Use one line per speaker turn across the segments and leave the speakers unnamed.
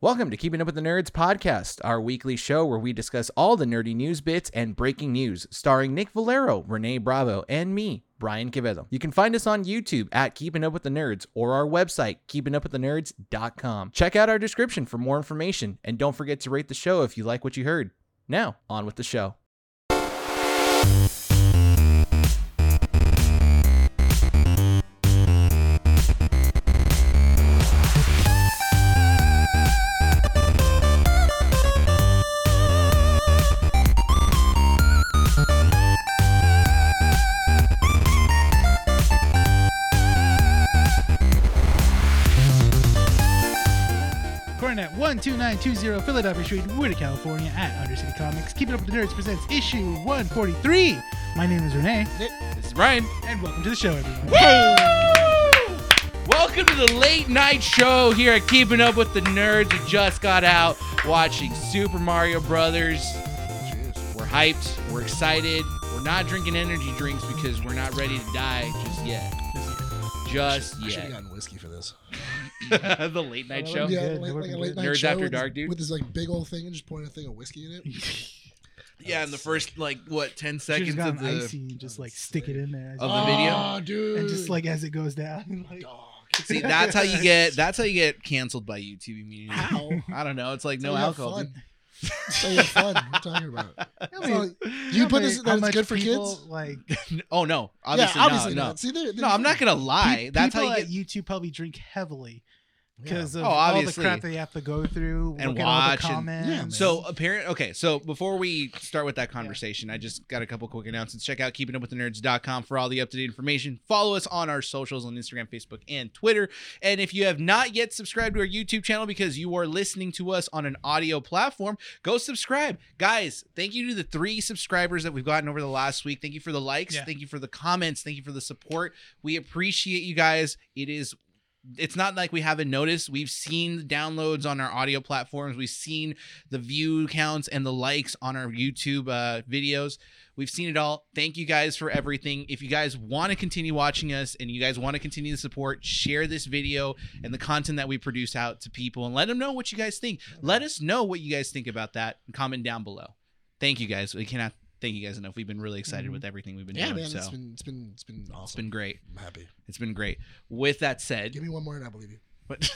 Welcome to Keeping Up with the Nerds podcast, our weekly show where we discuss all the nerdy news bits and breaking news, starring Nick Valero, Renee Bravo, and me, Brian Quevedo. You can find us on YouTube at Keeping Up with the Nerds or our website, keepingupwiththenerds.com. Check out our description for more information, and don't forget to rate the show if you like what you heard. Now, on with the show.
Coordinate 12920 Philadelphia Street, Wooded, California, at Undercity Comics. Keep it up with the nerds presents issue 143. My name is Renee,
This is Brian.
and welcome to the show, everyone.
Welcome to the late night show here at Keeping Up with the Nerds. We just got out watching Super Mario Brothers. We're hyped. We're excited. We're not drinking energy drinks because we're not ready to die just yet. Just
I should have
yet.
gotten whiskey for this.
the late night show.
Yeah,
good. That
like, like a
would've been
late night
good. Nerds
show
After
with-
Dark, dude.
With this like big old thing and just pouring a thing of whiskey in it.
Yeah, in the first like what ten
She's
seconds
gotten
of the
icy and just like stick it in there. as
Of
you-
the video?
Ah, dude.
And just like as it goes down. Like,
Dog.
see that's how you get that's how you get canceled by YouTube immediately.
How?
I don't know. It's like no
Tell you how
alcohol.
Fun. Tell you how fun. What are you talking about?
I
It's
mean,
not Do you
how
put
many-
this
how
that it's
much
good for
people,
kids?
Like,
dude. Oh no, obviously,
yeah, obviously
no,
not. See, they're,
no. No, I'm not gonna lie.
pe-
That's how you
people at
get
YouTube probably drink heavily because
Oh,
of all the
obviously.
crap they have to go through
And
look at all the
watch and- Yeah,
man.
comments.
So apparent. Okay, so before we start with that conversation, I just got a couple quick announcements. Check out keepingupwiththenerds.com for all the up to date information. Follow us on our socials on Instagram, Facebook, and Twitter. And if you have not yet subscribed to our YouTube channel because you are listening to us on an audio platform, go subscribe, guys. Thank you to the three subscribers that we've gotten over the last week. Thank you for the likes.
Yeah.
Thank you for the comments. Thank you for the support. We appreciate you guys. It is. It's not like we haven't noticed. We've seen the downloads on our audio platforms. We've seen the view counts and the likes on our YouTube uh, videos. We've seen it all. Thank you guys for everything. If you guys want to continue watching us and you guys want to continue the support, share this video and the content that we produce out to people and let them know what you guys think. Let us know what you guys think about that. and Comment down below. Thank you guys. We cannot thank you guys enough. We've been really excited
Mhm.
with everything we've been
Mm-hmm. Yeah,
doing.
man.
so
It's been it's been it's been awesome.
it's been great.
I'm happy.
It's been great. With that said,
Give me one more and I believe you.
but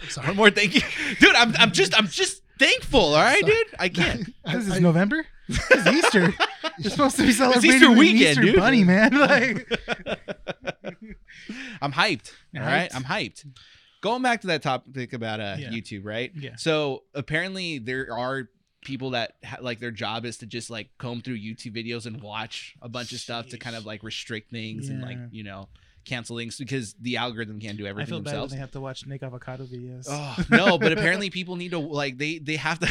I'm sorry.
one more thank you, dude. I'm I'm just I'm just thankful. All right,
Sorry.
dude. I can't.
This is
I-
November. This is Easter. You're supposed to be celebrating
Easter
the
weekend,
Easter
dude.
Bunny, man. Like,
I'm hyped.
You're
all right,
hyped?
I'm hyped. Going back to that topic about uh,
Yeah.
YouTube, right?
Yeah.
So apparently there are people that ha- like their job is to just like comb through YouTube videos and watch a bunch of stuff to kind of like restrict things and like
Yeah.
you know cancel links because the algorithm can't do
I
everything
feel bad when
themselves.
they have to watch Nick Avocado videos.
Oh no! But apparently, people need to like they they have to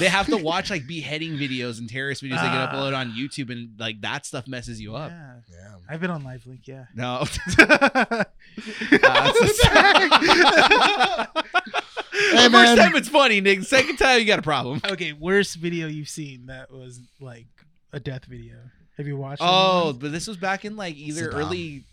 they have to watch like beheading videos and terrorist videos they can
Ah.
upload on YouTube, and like that stuff messes you up.
Yeah.
Yeah.
I've been on LiveLink, yeah.
No,
What the heck?
the
man.
first time it's funny, Nick. Second time you got a problem.
okay, worst video you've seen that was like a death video. Have you watched?
Oh,
anyone?
but this was back in like either
Saddam.
early.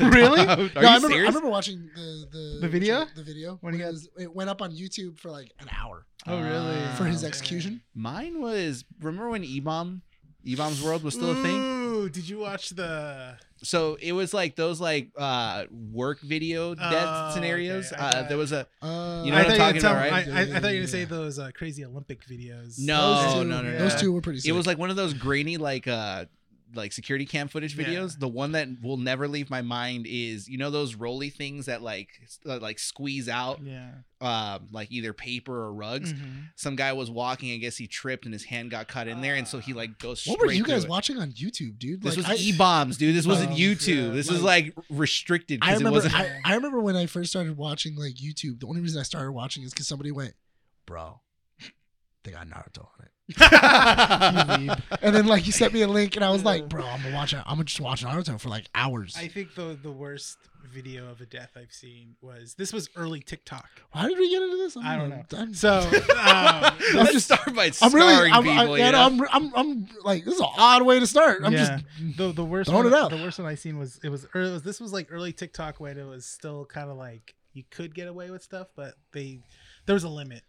Really?
Are you
No, I remember, I
serious?
remember watching the the,
The video?
the video
When
when
he
it,
got-
was, it went up on YouTube for like an hour
Oh, really?
Ah. for his
okay.
execution.
Mine was. Remember when E Bomb, E Bomb's World was still a
Mm.
thing?
Ooh, did you watch the?
So it was like those like uh work video
Oh,
death
okay.
scenarios.
I
Uh,
got
there
it.
was a
Uh,
You know what I'm
I thought
talking
you
about,
were tell-
right?
I, I, I thought you were gonna say
Yeah.
those uh, crazy Olympic videos.
No,
Those two-
no, no, no.
Those
yeah.
two were pretty. Sick.
It was like one of those grainy like uh like security cam footage
Yeah.
videos. The one that will never leave my mind is you know those roly things that like s- uh, like squeeze out
Yeah.
um like either paper or rugs.
Mhm.
Some guy was walking, I guess he tripped and his hand got cut in there, and so he
Ah.
like goes. Straight
What were you
through
guys
it.
watching on YouTube, dude?
This
Like,
was
I-
e bombs, dude. This wasn't
bombs,
YouTube.
Oh, yeah.
This was like restricted
I
because it
remember.
wasn't.
I, I remember when I first started watching like YouTube. The only reason I started watching is because somebody went, "Bro, they got Naruto on it,"
Oh.
and then like he sent me a link, and I was like, "Bro, I'm gonna watch. it. I'm gonna just watch Naruto for like hours."
I think the the worst video of a death I've seen was this was early TikTok.
Why did we get into this?
I don't know.
I'm,
So um,
Let's
just-
start by
I'm
scarring
really. I'm,
people.
I,
you
man,
know?
I'm, I'm, I'm like this is an odd way to start. I'm
yeah,
just
the the worst
Throwing
one,
it out.
the worst one I seen was it was early, this was like early TikTok when it was still kind of like you could get away with stuff, but they there was a limit.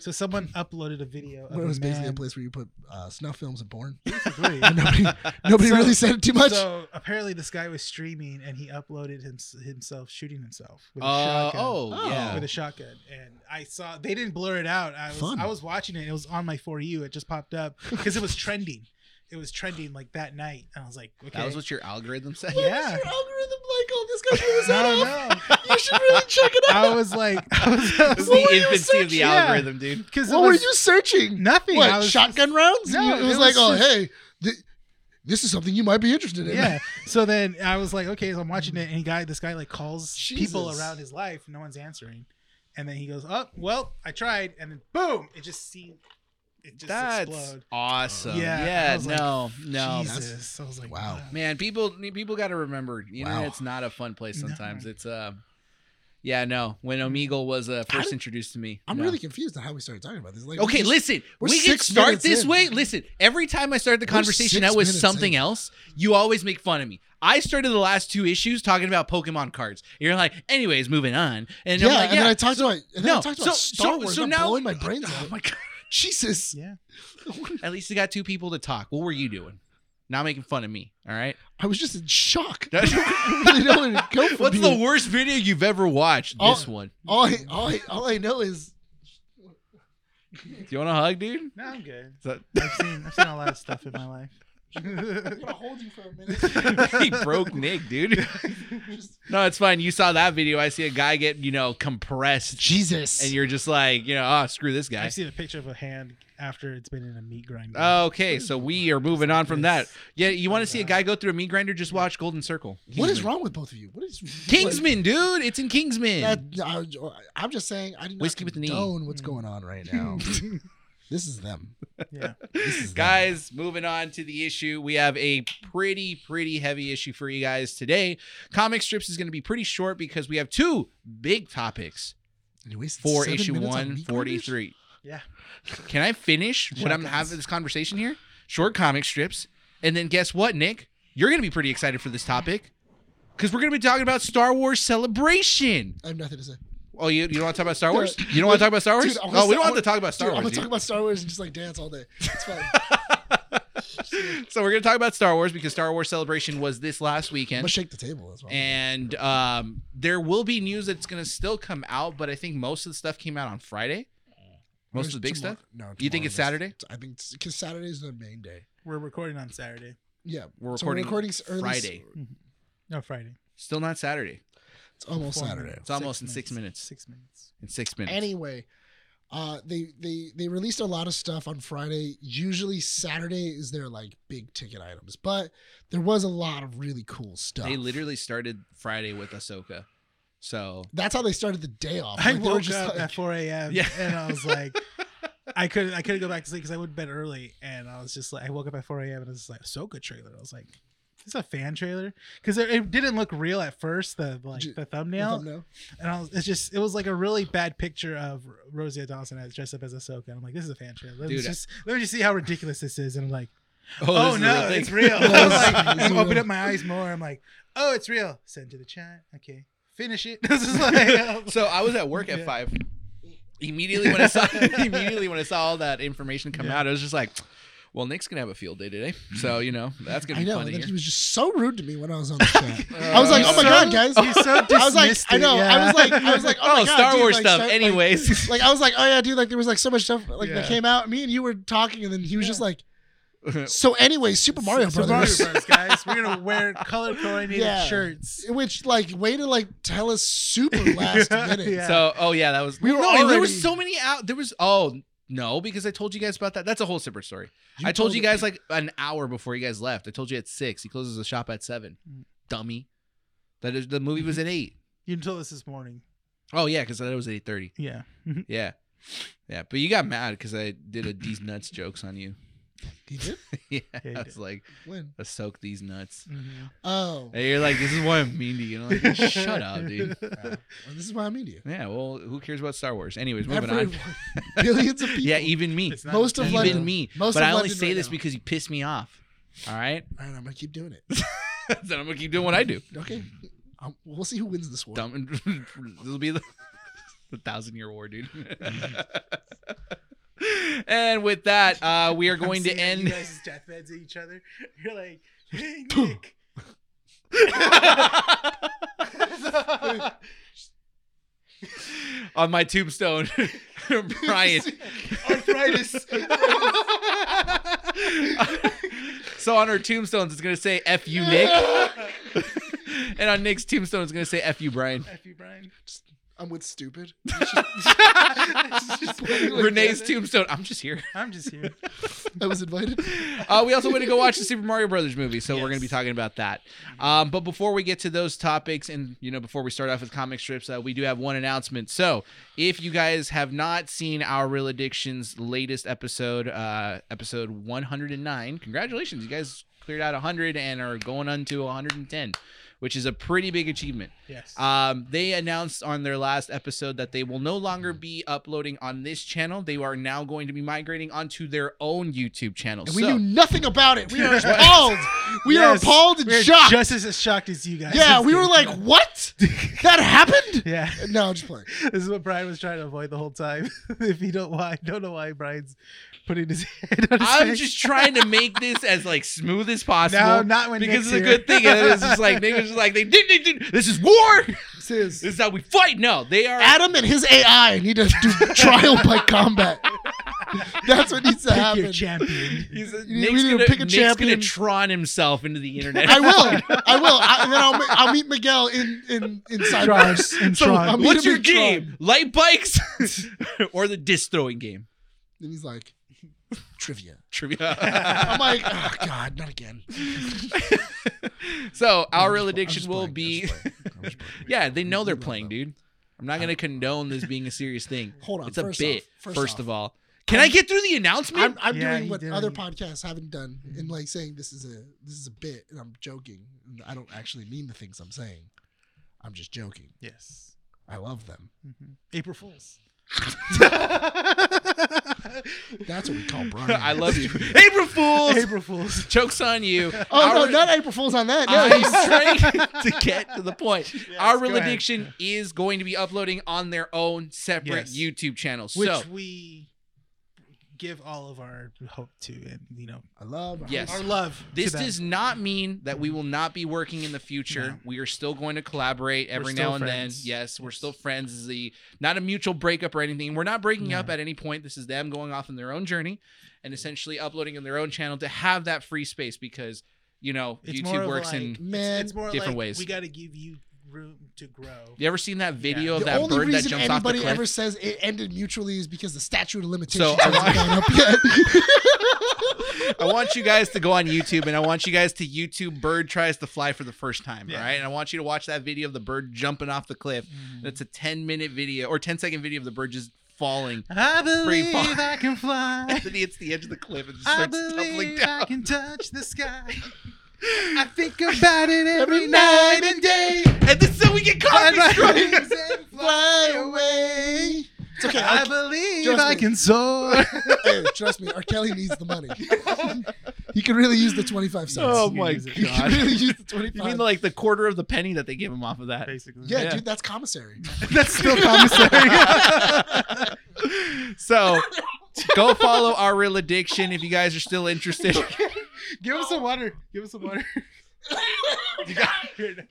So someone uploaded a video of
Where it was
a
basically a
man.
place where you put uh, snuff films and porn.
Basically.
And nobody, nobody
So-
really said too much.
So apparently, this guy was streaming and he uploaded hims himself shooting himself with a
Uh,
shotgun.
oh,
Oh.
yeah.
With a shotgun, and I saw they didn't blur it out. I was
Fun.
I was watching it. It was on my for you. It just popped up because it was trending. It was trending like that night, and I was like, okay,
That was what your algorithm said.
What? yeah.
your algorithm like? Oh, this guy blew his head
no,
off.
no.
You should really check it out.
I was like, I was, I
This is
was like,
were
the
you
infancy of the
searching? Yeah.
algorithm, dude.
because
what were you searching?
Nothing. I
What
was,
shotgun rounds?
No,
And you- it,
it
was like,
was
oh
just-
hey, th- this is something you might be interested in.
Yeah. So then I was like, okay, so I'm watching it, and he guy, this guy like calls people
Jesus.
around his life, no one's answering, and then he goes, oh, well, I tried, and then boom, it just seemed, it just explode.
awesome.
Yeah, I
Yeah.
was like,
no. no.
Jesus. I was like,
Wow.
Man, people people got to remember, you know,
Wow.
it's not a fun place
No.
sometimes. It's uh yeah, no. When Omegle was uh, first
I'm-
introduced to me,
I'm
no.
really confused on how we started talking about this. Like,
okay.
we just-
listen,
we're
we can
six
start
minutes
this
in.
way. Listen, every time I started the
We're
conversation
six
out with
minutes
something
in.
else, you always make fun of me. I started the last two issues talking about Pokemon cards. You're like, anyways, moving on. And
yeah,
I'm like,
and then
yeah.
I talked about, and then I
no,
talked
so,
about Star
so,
Wars.
so
I'm
now,
blowing my brains
Oh
out.
my god!
Jesus.
Yeah.
At least you got two people to talk. What were you doing? Not making fun of me. All right.
I was just in shock. I really don't even go for
What's the
being-
worst video you've ever watched?
Oh.
This one.
all I, all I, all I know is
Do you want a hug, dude?
No, I'm good.
Is
I've seen I've seen a lot of stuff in my life.
I'm gonna hold you for a minute.
that- he broke Nick, dude.
Just-
No, it's fine. You saw that video. I see a guy get, you know, compressed,
Jesus.
and you're just like, you know, oh, screw this guy.
I've seen a picture of a hand after it's been in a meat grinder.
Okay, so we are moving on Oh, from that. Yeah, you want to see a
Yeah.
guy go through a meat grinder? Just watch Golden Circle.
what is
Kingsman.
wrong with both of you? What is
Kingsman, dude. It's in Kingsman.
That, I, I'm just saying. I do not
Whiskey with an E.
condone what's going on right now. this is them.
Yeah.
is
guys moving on to the issue we have a pretty pretty heavy issue for you guys today comic strips is going to be pretty short because we have two big topics
And you wasted
for
seven
issue
minutes on meat grinders?
143
Yeah.
can i finish what i'm
Shotguns.
having this conversation here short comic strips and then guess what nick you're going to be pretty excited for this topic because we're going to be talking about star wars celebration
I have nothing to say.
oh you, you don't want to talk about star wars you don't want to talk about star wars
Dude, I wanna
oh we don't
say- I
have to
wanna-
talk about star
Dude,
wars
I'm gonna
dude.
talk about Star Wars and just like dance all day. It's fine.
so we're going to talk about star wars because star wars celebration was this last
I'm
weekend
gonna shake the table as well.
and um, there will be news that's going to still come out, but I think most of the stuff came out on Friday. Most of the big
Tomorrow-
stuff.
No.
You think
tomorrow
it's
is-
Saturday?
I think because Saturday is the main day.
We're recording on Saturday.
Yeah.
We're
So we're
recording,
recording early-
Friday.
No, Friday.
Still not Saturday.
It's almost
Four
Saturday.
minutes.
It's almost in six minutes.
Six minutes.
In six minutes.
Anyway, uh, they they they released a lot of stuff on Friday. Usually Saturday is their like big ticket items, but there was a lot of really cool stuff.
they literally started Friday with Ahsoka. So
That's how they started the day off.
I
Like, they were
woke
just
up
like-
at 4 a.m.
Yeah.
and I was like, I couldn't, I couldn't go back to sleep because I went to bed early, and I was just like, I woke up at 4 a.m. and it was like Ahsoka trailer. I was like, is this a fan trailer? Because it, it didn't look real at first, the like
Ju-
the thumbnail,
no.
and I was, it's just, it was like a really bad picture of R- Rosie Dawson as dressed up as Ahsoka, and I'm like, this is a fan trailer. Let me
Dude, I-
just, let me just see how ridiculous this is, and I'm like,
this
oh,
is the
no,
real thing.
it's real. I
No,
was
it's-
like,
it's
I
real.
opened up my eyes more. I'm like, oh, it's real. Send to the chat. Okay, finish it. this is like.
So I was at work at
Yeah.
five. Immediately when I saw immediately when I saw all that information come
Yeah.
out, I was just like, "Well, Nick's gonna have a field day today, so you know that's gonna
I
be
know.
funny."
And then
here.
he was just so rude to me when I was on the chat. I was like, oh my god, guys.
You so
I was like,
dismissed
I
it,
know. I
yeah.
was like, I was like, oh, my
oh,
God,
Star
dude,
Wars
like,
stuff.
Star- like-
Anyways,
Like, I was like, oh yeah, dude. Like there was like so much stuff like
Yeah.
that came out. Me and you were talking, and then he was just like, so anyway, Super Mario
Super
Brothers.
Mario Bros. guys. We're gonna wear color coordinated
Yeah.
shirts.
Which like way to like tell us super last minute.
Yeah.
So, oh yeah, that was.
We were
no, there
already-
was so many out. There was oh no, because I told you guys about that. That's a whole separate story. I told, you guys like an hour before you guys left. I told you at six. He closes the shop at seven.
Mm.
Dummy. That is, the movie was at eight.
You told us this morning.
Oh yeah, because that was eight thirty.
Yeah.
Yeah, yeah. But you got mad because I did a these nuts jokes on you.
He did
yeah,
you
I
did.
was like,
when?
I soak these nuts.
Oh,
And you're like, this is why I'm mean to you. And I'm like, Mm-hmm. Shut up, dude.
well, this is why I mean to you.
Yeah, well, who cares about Star Wars? Anyways, moving on.
Everyone- billions of people.
Yeah, even me.
Most of
Even
London.
me.
Most
but
of
I only
London
say
right
this
now.
because you piss me off. All right.
All right, I'm gonna keep doing it.
then I'm gonna keep doing what I do.
Okay. Um, we'll see who wins this war.
Dumb. It'll be the, the thousand year war, dude. and with that, uh, we are going to
You
end.
guys' deathbeds at each other. You're like, hey, Nick.
on my tombstone, Brian.
Arthritis.
so on her tombstones, it's gonna say "F you, Nick," and on Nick's tombstone, it's gonna say "F you, Brian."
F you, Brian.
I'm with stupid.
Renee's tombstone. I'm just here.
I'm just here.
I was invited.
Uh, we also went to go watch the Super Mario Brothers movie, so we're going to be
Yes.
talking about that. Um, but before we get to those topics, and you know, before we start off with comic strips, uh, we do have one announcement. So, if you guys have not seen our Real Addictions latest episode, uh, episode 109, congratulations, you guys cleared out 100 and are going on to 110, which is a pretty big achievement.
Yes.
Um, they announced on their last episode that they will no longer be uploading on this channel. They are now going to be migrating onto their own YouTube channel.
And we
so,
knew nothing about it. We are
Yes.
appalled. We
Yes.
are appalled and
We're
shocked.
Just as shocked as you guys.
yeah, we were like, what? that happened?
yeah.
No, I'm just playing.
This is what Brian was trying to avoid the whole time. if you don't why, don't know why Brian's putting his head on his
I'm
face.
just trying to make this as like smooth as possible.
no, not when
because it's
Nick's
a good
here.
thing. And it's just like niggas just like they did, they did. This is war.
This is
This is how we fight. No, they are.
Adam and his AI need to do trial by combat. That's what needs to
Pick
happen.
your champion.
He's,
we
Nick's
need to
gonna,
pick a
Nick's
champion.
gonna Tron himself into the internet.
I will. I will. I, and then I'll, me- I'll meet Miguel in in in Cyprus.
in
so,
Tron.
I'll meet
what's
him
your
in Tron.
game? Light bikes or the disc throwing game?
And he's like, trivia.
Trivia.
I'm like, oh god, not again.
so
I'm
our real
just pl- I'm
addiction
just
will
playing. I'm
be.
just playing. I'm just playing.
Yeah, they know
We
they're
love
playing,
them.
dude. I'm not gonna condone this being a serious thing.
Hold on.
It's a
first
bit.
off-
First,
off,
of all, can I get through the announcement?
I'm, I'm
Yeah,
doing
you
what
did
other
it.
podcasts haven't done, and like saying this is a this is a bit, and I'm joking. And I don't actually mean the things I'm saying. I'm just joking.
Yes. Mm-hmm.
I love them.
April Fools.
That's what we call Brian.
I love you, April Fools.
April Fools.
Jokes on you.
Oh no,
Our-
not April Fools on that. No,
I'm trying to get to the point. Our
go
real
ahead.
addiction is going to be uploading on their own separate
Yes.
YouTube channel.
Which
so
we give all of our hope to and you know
I love.
Yes.
our love. to
this
them.
does not mean that we will not be working in the future.
No.
We are still going to collaborate every
still
now and
friends.
then. Yes, we're still friends. This is the not a mutual breakup or anything. We're not breaking
No.
up at any point. This is them going off on their own journey and essentially uploading in their own channel to have that free space because you know
It's more
YouTube
of
works
like-
in.
Man,
it's, it's more
different
like
ways.
We got to give you room to grow.
You ever seen that video
Yeah.
of
the
that
only
bird that
reason
jumps off the
anybody
cliff?
ever says it ended mutually is because the statute of limitations
So, uh, I
hasn't
want-
gone up yet.
I want you guys to go on YouTube and I want you guys to YouTube Bird Tries to Fly for the first time,
Yeah.
all right? And I want you to watch that video of the bird jumping off the cliff.
Mm.
That's a 10 minute video or 10 second video of the bird just falling.
I believe
fall.
I can fly.
And then he hits the edge of the cliff and just
I
starts tumbling
believe
down.
I can touch the sky. I think about it every
Every
night and day.
And then so we get caught.
Fly
Right.
dreams and fly away.
It's okay.
I
R-
believe
Trust
I
me.
can soar.
hey, trust me, R. Kelly needs the money. he could really use the twenty-five cents.
Oh my
he could
god.
really use the twenty-five.
You mean like the quarter of the penny that they give him off of that?
Basically.
yeah,
yeah.
dude, that's commissary.
That's still commissary.
so go follow our real addiction if you guys are still interested.
Give us some water. Give us some water. you got it.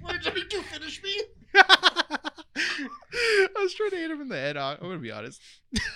What did you do? Finish me?
I was trying to hit him in the head. I'm gonna be honest.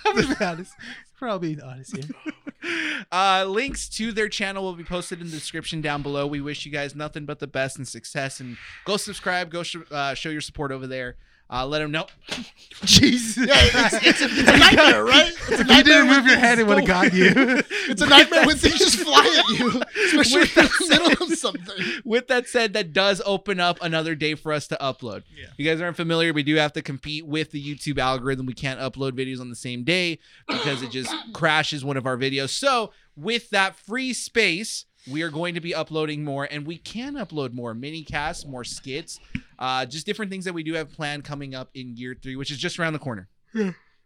I'm gonna be honest. We're all being honest here.
Uh, links to their channel will be posted in the description down below. We wish you guys nothing but the best and success. And go subscribe. Go sh- uh, show your support over there. Uh, let them know.
Jesus.
Yeah, it's, it's, a, it's a nightmare, right? It's a
if you
nightmare.
didn't move your head, it would have got you.
It's a nightmare when things just fly at you, especially if you're in the middle of something.
With that said, that does open up another day for us to upload.
Yeah.
If you guys aren't familiar, we do have to compete with the YouTube algorithm. We can't upload videos on the same day because it just crashes one of our videos. So, with that free space, we are going to be uploading more and we can upload more mini casts, more skits, uh, just different things that we do have planned coming up in year three, which is just around the corner.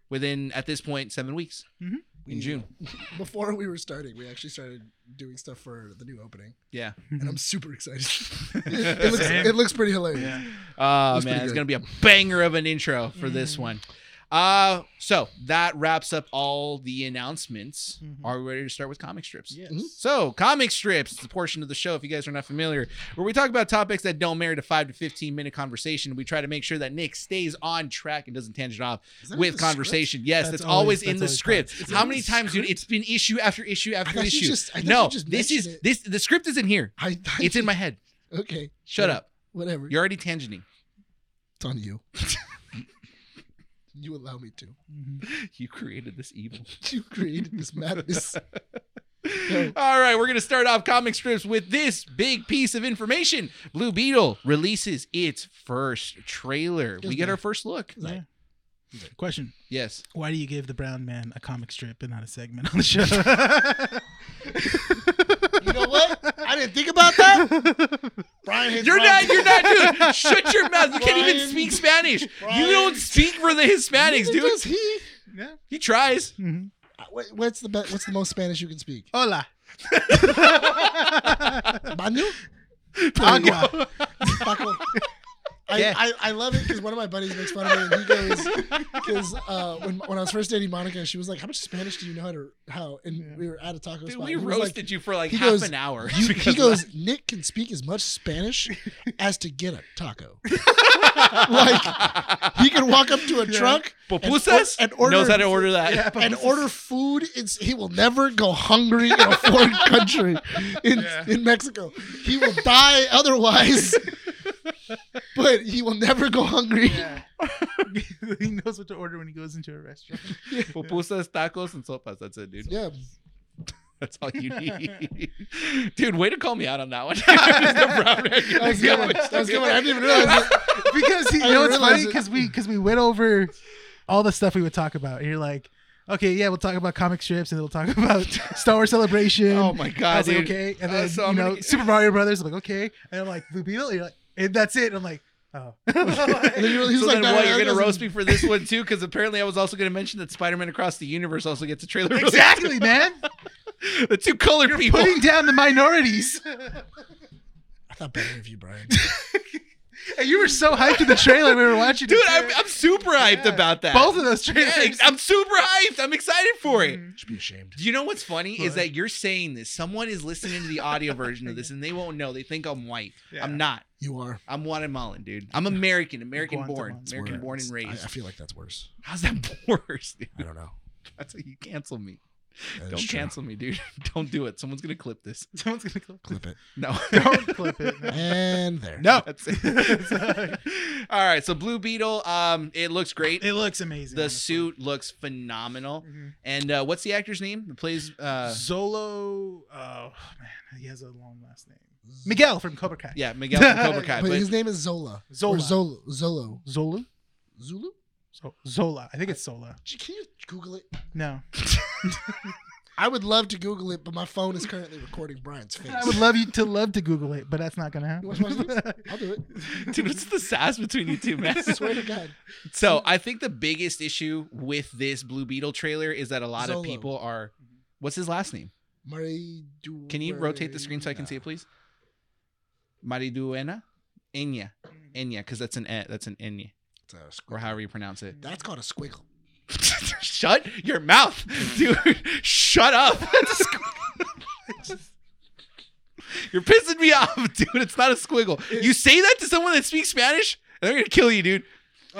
Within at this point, seven weeks.
Mhm.
in June.
Before we were starting, we actually started doing stuff for the new opening.
Yeah.
And I'm super excited. it, looks, it looks pretty hilarious.
Yeah.
Oh
That's
man,
pretty
it's
good.
gonna be a banger of an intro for
Mm.
this one. Uh, so that wraps up all the announcements.
Mm-hmm.
Mhm.
Are we ready to start with comic strips?
Yes.
So, comic strips, the portion of the show, if you guys are not familiar, where we talk about topics that don't merit a five to 15 minute conversation. We try to make sure that Nick stays on track and doesn't tangent off
Is that in
with
the script?
conversation. Yes, that's,
That's
always,
always-
in
that's
the
always
script.
part. Is
it
How
in
many
the
times, dude?
script?
It's been issue after issue after
thought you
issue.
just- I thought
no,
you just
this is
mentioned it.
this. The script is in here.
I, thought
It's
you-
in my head.
Okay.
Shut
Yeah.
up.
Whatever.
You're already tangenting.
it's on you. you allow me to.
You created this evil.
You created this madness. Go.
All right, we're going to start off comic strips with this big piece of information. Blue Beetle releases its first trailer. We get our first look.
Yeah. Question:
Yes.
Why do you give the brown man a comic strip and not a segment on the show?
You know what? I didn't think about that. Brian hits
You're
my-
not, you're not, dude. Shut your mouth. You can't even
Brian.
speak Spanish. You
Brian.
don't speak for the Hispanics, dude.
Does he?
yeah.
He tries.
Mhm.
What- What's the best, What's the most Spanish you can speak?
Hola.
Banu?
Agua.
Paco. I,
Yeah.
I, I love it because one of my buddies makes fun of me and he goes because uh, when when I was first dating Monica she was like how much Spanish do you know how to how and we were at a taco
Dude,
spot
we
and he was
roasted you for like
he
half
goes,
an hour.
like, you,
because
he
of
goes Nick can speak as much Spanish as to get a taco
that.
like, he can walk up to a
Yeah.
truck
Pupusas?
and order-
knows how to order that.
Yeah,
and
pupusas.
order food it's, he will never go hungry in a foreign country in,
Yeah.
in Mexico he will die otherwise but he will never go hungry
Yeah. he knows what to order when he goes into a restaurant.
Pupusas, tacos, and sopas. That's it, dude.
yeah.
That's all you need. Dude, way to call me out on that one. It's the brown egg.
That was a good one. That was a good one. I didn't even realize it.
because he,
I
you know what's
realize
funny
it.
because we because we went over all the stuff we would talk about. And you're like, okay, yeah, we'll talk about comic strips and then we'll talk about Star Wars Celebration.
Oh my god,
I was like,
dude.
okay, and
Uh,
then
so
you
I'm
know
gonna get-
Super Mario Brothers. I'm like, okay, and I'm like Blue Beetle. and You're like, and that's it. And I'm like, oh,
Literally, he was
So
like,
then,
"No,
what? You're
no, that
gonna
doesn't-
roast me for this one too? Because apparently, I was also gonna mention that Spider-Man Across the Universe also gets a trailer. release.
exactly, man.
the two colored people.
Putting down the minorities.
I thought better of you, Brian.
And you were so hyped in the trailer we were watching.
Dude,
it.
I'm, I'm super hyped
Yeah.
about that.
both of those
Yeah,
trailers.
I'm super hyped. I'm excited for it.
Should be ashamed.
You know what's funny is
What?
that you're saying this. Someone is listening to the audio version of this, and they won't know. They think I'm white.
Yeah.
I'm not.
You are.
I'm Guatemalan, dude. I'm American, American born,
Guatemalan.
It's
American
worse.
born and
I,
raised.
I feel like that's worse.
How's that worse? dude?
I don't know.
That's how you cancel me.
That is
Don't
true.
cancel me, dude. Don't do it. Someone's gonna clip this.
Someone's gonna clip,
Clip it.
No.
Don't clip it. No.
And there.
No.
Sorry.
All right. So Blue Beetle, um, it looks great.
It looks amazing.
the
honestly.
suit looks phenomenal.
Mhm.
And uh, what's the actor's name? That plays uh,
Zolo. Oh man, he has a long last name. Miguel from Cobra Kai.
yeah, Miguel from Cobra Kai.
But,
But
his name is Zola.
Zola.
Or Zolo. Zolo.
Zolo.
Zulu?
So, Zola. I think it's Zola.
Gee, Can you Google it?
No.
I would love to Google it, but my phone is currently recording Brian's face.
I would love you to love to Google it, but that's not gonna happen.
You want to watch this? I'll do it.
dude, what's the sass between you two, man?
I swear to God.
so I think the biggest issue with this Blue Beetle trailer is that a lot of
Zolo. Mm-hmm.
people are. What's his last name?
Murray Du-
Can you rotate the screen so I can see it, please? Mariduena, Enya,
Mm.
Enya, because that's an e, that's an Enya,
It's a
or
squiggle.
however you pronounce it.
That's called a squiggle. Mm.
shut your mouth, dude. Shut up. You're pissing me off, dude. It's not a squiggle. You say that to someone that speaks Spanish, and they're gonna kill you, dude.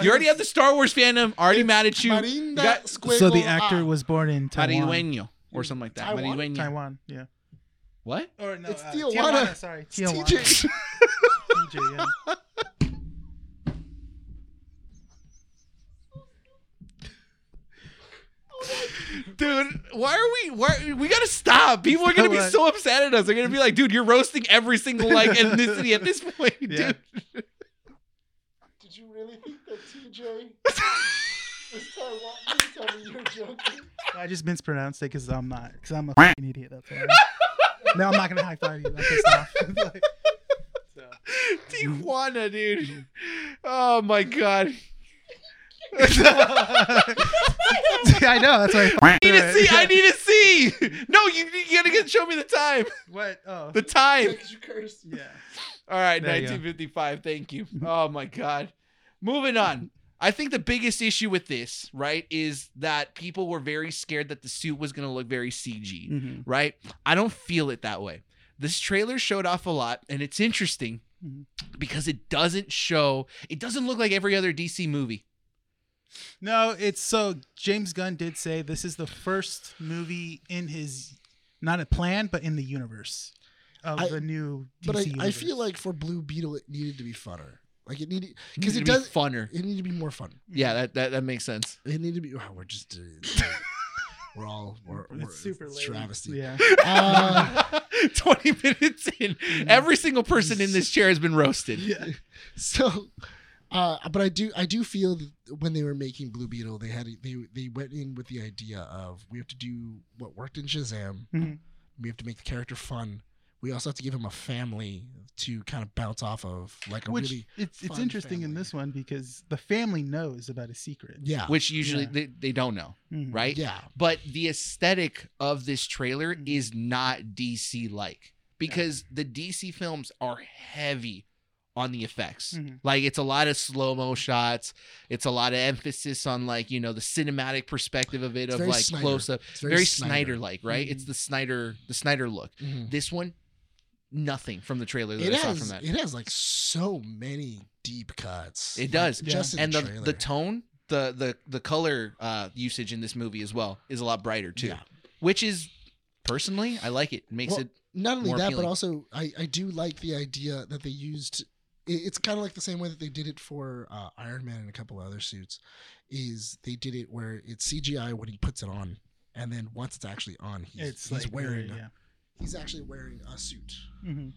You already have the Star Wars fandom already mad at you.
Marinda
got-
squiggle.
so the actor
ah.
was born in Taiwan.
Maridueño or something like that.
Taiwan?
Maridueño.
Taiwan. Yeah.
What?
Or no.
It's uh, Tijuana. Tijuana,
Sorry.
It's TJ.
yeah.
Dude, why are we? Why we gotta stop? People are gonna be
What?
so upset at us. They're gonna be like, dude, you're roasting every single like ethnicity at this point,
Yeah.
dude.
Did you really think that TJ was Taiwan? Please tell me you're joking.
I just mispronounced it because I'm not. Because I'm a fucking idiot. That's why. no, I'm not gonna high five you. I'm pissed off. Like, so.
Tijuana, dude. Oh my god.
I know. That's why.
I need to see. I need to see. No, you, you gotta get, show me the time.
What? Oh.
The time.
you cursed.
yeah.
All right,
There you go.
1955. Thank you. Oh my god. Moving on. I think the biggest issue with this, right, is that people were very scared that the suit was gonna look very CG.
Mm-hmm.
right? I don't feel it that way. This trailer showed off a lot, and it's interesting
Mm-hmm.
Mhm.
because it doesn't show, it doesn't look like every other DC movie.
No, it's so James Gunn did say this is the first movie in his not a plan, but in the universe of
I-
the new. DC
But I, I
universe.
feel like for Blue Beetle, it needed to be funner. Like it needed
Needed
because it
to be
does. Mm-hmm.
funner.
It needed to be more fun.
Yeah, that, that, that makes sense.
It needed to be. Oh, we're just. uh, we're all. We're, we're
it's super
it's
lame.
travesty.
Yeah.
Uh,
20
Mm-hmm.
minutes in, every single person in this chair has been roasted.
yeah.
so uh, but I do I do feel that when they were making Blue Beetle they had they they went in with the idea of we have to do what worked in Shazam
Mhm.
we have to make the character fun we also have to give him a family to kind of bounce off of like a
Which
really
it's it's
fun
interesting in
family.
this one because the family knows about his secret.
yeah Mm-hmm.
Which usually
Yeah.
they, they don't know,
Mhm.
right?
yeah Mm-hmm.
But the aesthetic of this trailer
Mhm.
is not DC like because the DC films are heavy on the effects.
Mhm.
Like it's a lot of slow mo shots. It's a lot of emphasis on like you know the cinematic perspective of it
It's
of
very
like
Snyder. Mm-hmm.
close up,
it's
very, Snyder like, right? It's
Mhm.
the Snyder the Snyder look.
Mhm.
This one, nothing from the trailer that
it
I saw from
has
that.
it has like so many deep cuts
It does.
Like, just in
and the
the, trailer.
the tone, the the the color uh, usage in this movie as well is a lot brighter too,
Yeah.
which is personally I like it. Makes
Well,
it
not only
more
that,
appealing.
but also I, I do like the idea that they used. it- It's kind of like the same way that they did it for uh, Iron Man and a couple other suits, is they did it where it's CGI when he puts it on, and then once it's actually on, he's,
It's
he's
like
wearing
Yeah.
he's actually wearing a suit.
Mhm.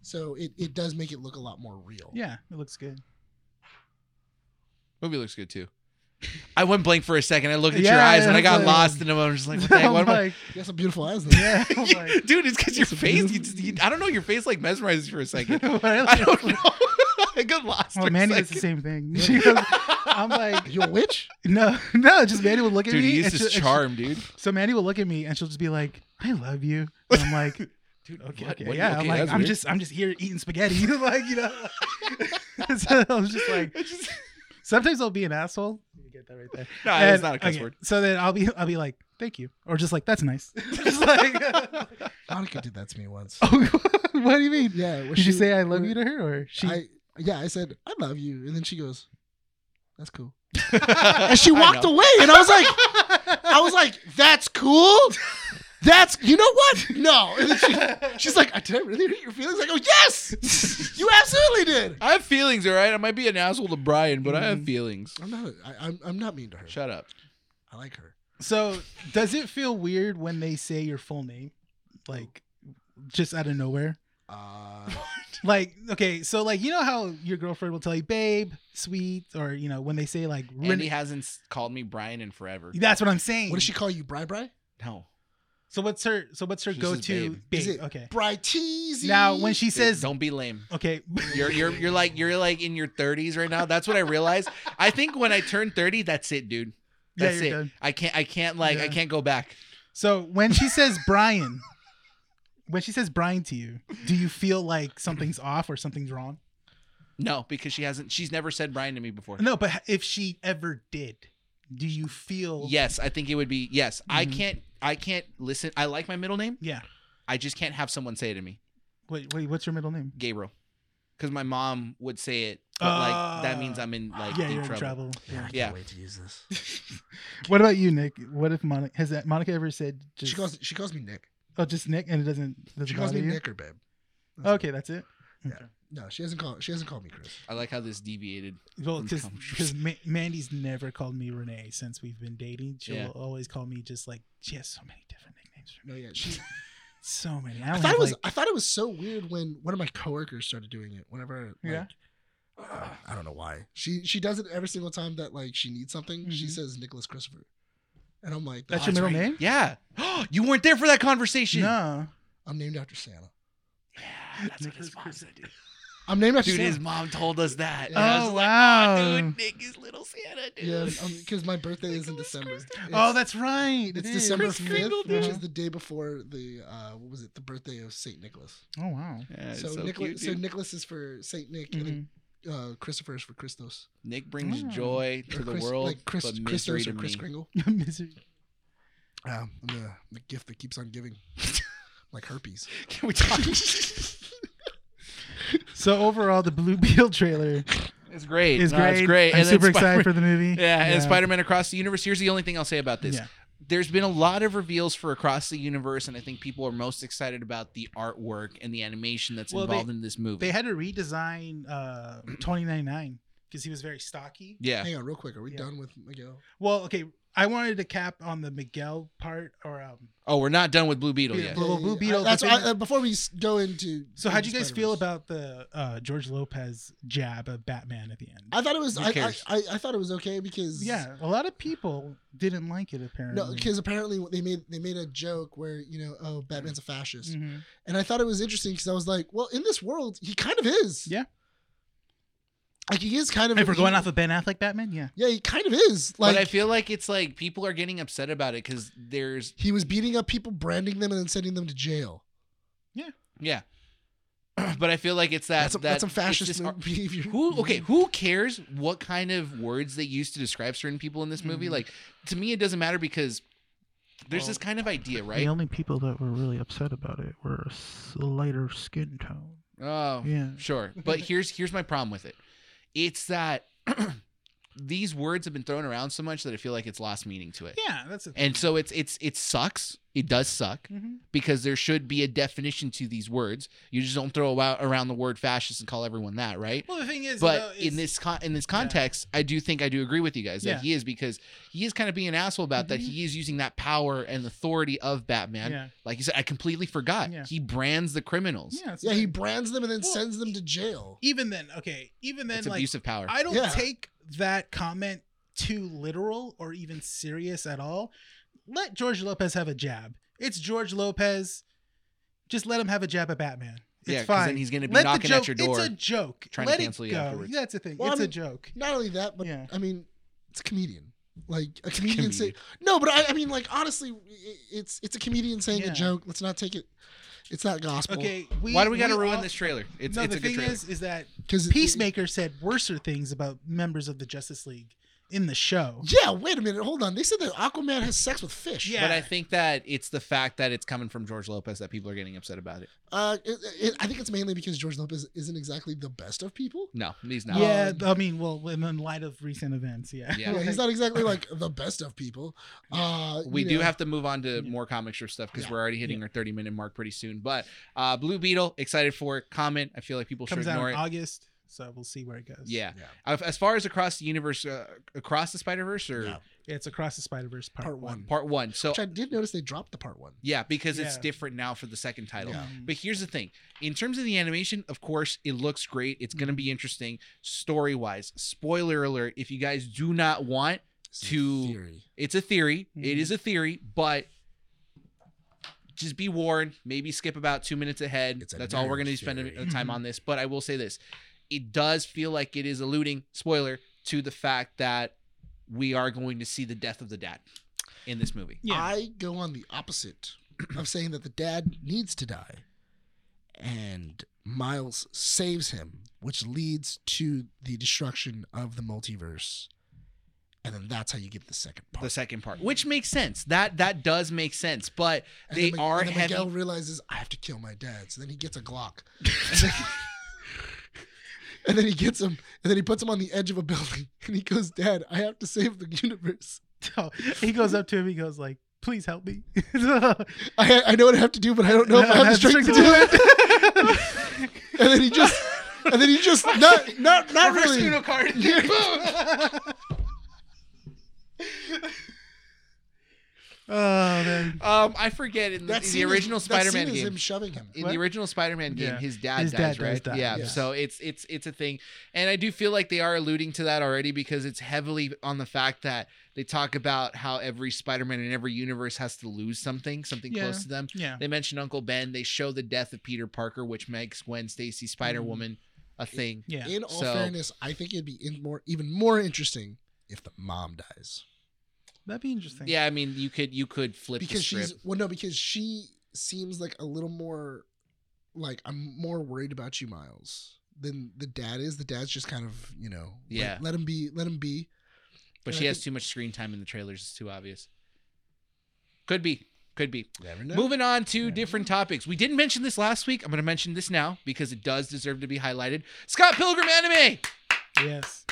So it, it does make it look a lot more real.
Yeah. It looks good.
movie looks good too. I went blank for a second. I looked at your
Yeah,
eyes and I
that's
got
what I-
lost in them. I was just like, what the heck?
I'm
What am I?
like-
he has some beautiful eyes. Though.
yeah. I'm like-
Dude, it's because your
It's a
face.
beautiful-
You just, you, I don't know. Your face like mesmerizes for a second.
What
I
I-
don't know. I got lost. for
Well,
a
Manny does the
second.
same thing. She goes, I'm like,
You a witch?
no, no, just Manny will look at
Dude,
me.
he used
and she'll-
his
and she-
charm, dude.
So Manny will look at me and she'll just be like, I love you. And I'm like,
Dude,
okay, okay, yeah. I'm like, I'm just, I'm just here eating spaghetti. like, you know, so I'm just like, sometimes I'll be an asshole. You get that right there.
no,
And-
it's Ah, not a cuss
okay,
word.
So then I'll be, I'll be like, thank you. Or just like, that's nice. just like,
Monica did that to me once.
oh, what do you mean?
Yeah. when
Did you
she-
say I love you to her or she?
I yeah. I said I love you, and then she goes, "That's cool."
and
and she walked away and i was like i was like that's cool that's you know what no and then she, she's like "I- did i really hurt your feelings i go yes you absolutely did
I have feelings, all right. I might be an asshole to Brian, but I have
Mhm.
feelings.
i'm not I, I'm, I'm not mean to her
Shut up.
i like her
So, does it feel weird when they say your full name, like just out of nowhere?
uh,
Like, okay, so like you know how your girlfriend will tell you, "Babe, sweet," or you know when they say like,
And he
Ren-
hasn't s- called me Brian in forever.
"That's what I'm saying."
what does she call you bri bri
No.
So what's her? So what's her
She says,
go-to?
"Babe."
Babe.
Is it-
Okay.
bri teasy
Now when she
Dude,
says,
"Don't be lame."
"Okay,"
You're you're you're like you're like in your 30s right now. That's what I realized. I think when I turn 30, that's it, dude.
yeah,
That's
you're
it.
done.
I can't I can't like I
Yeah.
can't go back.
So when she says Brian, when she says Brian to you, do you feel like something's off or something's wrong?
No, because she hasn't she's never said Brian to me before.
No, but if she ever did, do you feel?
Yes, I think it would be yes. I
Mhm.
can't I can't listen. I like my middle name.
Yeah.
I just can't have someone say it to me.
Wait, wait. What's your middle name?
Gabriel. Because my mom would say it, but like that means
Uh,
I'm in like
yeah,
in
you're
trouble.
in trouble.
Man, I can't
Yeah.
wait to use this.
What about you, Nick? What if Monica has that Monica ever said just
She calls she calls me Nick.
oh just Nick and it doesn't doesn't
She calls
bother
me
you?
Nick or babe.
Okay, that's it.
No, she hasn't called she hasn't called me Chris.
I like how this deviated.
Well,
I'm
because
confused.
Ma- Mandy's never called me Renee since we've been dating. She'll
Yeah.
always call me just like she has so many different nicknames for me.
No, yeah, she
So many. I,
I
don't
thought
have,
it was
like-
I thought it was so weird when one of my coworkers started doing it. Whenever like,
Yeah.
uh, I don't know why she she does it every single time that like she needs something. She
Mhm.
says Nicholas Christopher, and I'm like
that's
"Oh,
your middle
right.
name.
Yeah. you weren't there for that conversation.
No.
I'm named after Santa.
Yeah, that's what his mom said, dude.
I'm named after
Dude, his
Santa.
mom told us that.
Yeah.
And I was
Oh,
like,
wow. um,
dude, Nick is little Santa, dude.
Yeah, because my birthday is in
Nicholas
December.
oh,
It's-
that's right.
it's
It is.
December
Kris
fifth,
Kringle,
which
dude.
is the day before the uh, what was it? The birthday of Saint Nicholas.
Oh wow.
Yeah, it's
so
so cute,
Nicholas, so
dude.
Nicholas is for Saint Nick, and then, uh, Christopher is for Christos.
Nick brings
Oh.
joy to
Or
the
Chris-
world,
like Chris,
but misery
Christos
to
or Chris
me.
Kringle.
Misery.
Um, I'm the, the gift that keeps on giving, like herpes.
Can we talk?
So overall, the Blue Beetle trailer
it's great.
is
No,
great.
It's great.
I'm
and then
super
Spider-
excited for the movie.
Yeah, and Spider-Man Across the Universe. Here's the only thing I'll say about this.
Yeah.
There's been a lot of reveals for Across the Universe, and I think people are most excited about the artwork and the animation that's
Well, they-
involved in this movie.
They had to redesign uh, 2099 because he was very stocky.
yeah,
Hang on, real quick. Are we
Yeah.
done with Miguel?
Well, okay. I wanted to cap on the Miguel part, or um,
Oh, we're not done with Blue Beetle
Yeah,
yet.
Blue- Blue Beetle,
that's
the
why,
thing
uh, before we s- go into.
so how'd you
into
guys feel
Spider-Verse.
about the uh, George Lopez jab of Batman at the end?
I thought it was.
Who
I, I,
cares?
I, I thought it was okay because
yeah, a lot of people didn't like it apparently.
No, because apparently they made they made a joke where you know, oh, Batman's a fascist,
Mhm.
and I thought it was interesting because I was like, well, in this world, he kind of is.
Yeah.
Like he is kind of.
if we're going
he-
off of Ben Affleck Batman, yeah.
Yeah, he kind of is. Like
but I feel like it's like people are getting upset about it because there's
he was beating up people, branding them, and then sending them to jail.
yeah. but I feel like it's that
That's a,
that-
that's some
it's
fascist
just art-
behavior.
Who okay? Who cares what kind of words they use to describe certain people in this movie?
Mhm.
Like to me, it doesn't matter because there's
Well,
this kind of idea,
The
right?
only people that were really upset about it were a s- lighter skin tone.
Oh,
Yeah.
sure. But here's here's my problem with it. It's that these words have been thrown around so much that I feel like it's lost meaning to it.
Yeah, that's it.
And so it's it's it sucks. It does suck
Mm-hmm.
Mhm.
because there should be a definition to these words. You just don't throw out around the word fascist and call everyone that, right?
Well, the thing is, though,
but
is-
in this con- in this context, I do think I do agree with you guys that
Yeah. Mm-hmm.
he is because he is kind of being an asshole about that. He is using that power and authority of Batman.
yeah,
Like you said, I completely forgot.
Yeah.
He brands the criminals.
yeah, it's
Yeah,
the
he
thing.
brands them and then
Well,
sends them to jail.
even then, okay, even then,
it's
like
abusive power.
I don't
Yeah.
take that comment too literal or even serious at all. Let George Lopez have a jab. It's George Lopez. Just let him have a jab at Batman. It's
yeah, 'cause
fine.
then he's gonna be
Let the
knocking
joke,
at your door.
It's a joke.
trying to
let
cancel
it
you
go.
afterwards.
That's the thing.
Well, I
it's a
mean-
joke.
Not only that, but
Yeah.
I mean, it's a comedian. Like a comedian say no, but I, I mean, like honestly, i- it's it's a comedian saying
Yeah.
a joke. Let's not take it. It's not gospel.
Okay. We,
Why do we got to
all-
ruin this trailer? It's
no,
it's
the
a good
thing
trailer.
is, is that
Because
Peacemaker said worser things about members of the Justice League in the show.
Yeah, wait a minute. Hold on. They said that Aquaman has sex with fish.
Yeah.
But I think that it's the fact that it's coming from George Lopez that people are getting upset about it.
Uh, it, it, I think it's mainly because George Lopez isn't exactly the best of people.
No, he's not.
Yeah,
Um,
I mean, well, in in light of recent events, yeah.
Yeah.
Yeah, he's not exactly like the best of people. Uh,
we
you
do
know,
have to move on to
Yeah.
more comic strip stuff because
Yeah.
we're already hitting our 30 minute mark pretty soon. But uh, Blue Beetle, excited for it. Comment. I feel like people
Comes
should
out
ignore
in
it.
August, so we'll see where it goes.
Yeah.
Yeah.
If- As far as across the universe, uh, across the Spider Verse or
Yeah.
It's across the Spider Verse part,
Part
one.
one.
part one. So,
Which I did notice they dropped the part one.
yeah, because it's
Yeah.
different now for the second title.
Yeah.
Mhm.
But here's the thing in terms of the animation, of course, it looks great. It's
Mm-hmm.
going to be interesting story wise. Spoiler alert if you guys do not want,
It's a
To-
theory.
it's a theory. It
Mhm.
Mm-hmm.
is a theory, but just be warned. Maybe skip about two minutes ahead.
It's a
That's all we're
nerd
going to spend a-
theory.
time on this. But I will say this: it does feel like it is alluding spoiler to the fact that we are going to see the death of the dad in this movie.
Yeah.
I go on the opposite of saying that the dad needs to die, and Miles saves him, which leads to the destruction of the multiverse, and then that's how you get the second part.
The second part, which makes sense. That that does make sense. But
And
they
then Mi-
are
and then
heavy.
Miguel realizes I have to kill my dad, so then he gets a Glock. And then he gets him, and then he puts him on the edge of a building, and he goes, "Dad, I have to save the universe.
So, he goes up to him. He goes like, "Please help me." I
I, I know what I have to do, but I don't know if I have the strength to do it."
it.
And then he just, and then he just not not not
Reverse
really.
Uno card.
oh man.
um, I forget in the, the
scene is-
original
that
Spider-Man
scene is
game.
him shoving him.
in
What?
the original Spider-Man game,
Yeah.
his dad
His dad
dies,
does
right?
die,
yeah.
yes.
So it's it's it's a thing, and I do feel like they are alluding to that already because it's heavily on the fact that they talk about how every Spider-Man in every universe has to lose something, something
Yeah.
close to them.
Yeah.
They mention Uncle Ben. They show the death of Peter Parker, which makes Gwen Stacy Spider Woman a thing.
Yeah.
In all
So-
fairness, I think it'd be in more even more interesting if the mom dies
That'd be interesting.
Yeah, I mean, you could you could flip
because
the
she's
script.
well no because she seems like a little more like I'm more worried about you Miles than the dad is. The dad's just kind of you know let-
Yeah.
let, him be let him be.
but
and
she
I
has
think-
too much screen time in the trailers. It's too obvious. Could be, could be.
Never know.
Moving on to different topics. We didn't mention this last week. I'm going to mention this now because it does deserve to be highlighted. Scott Pilgrim anime.
Yes.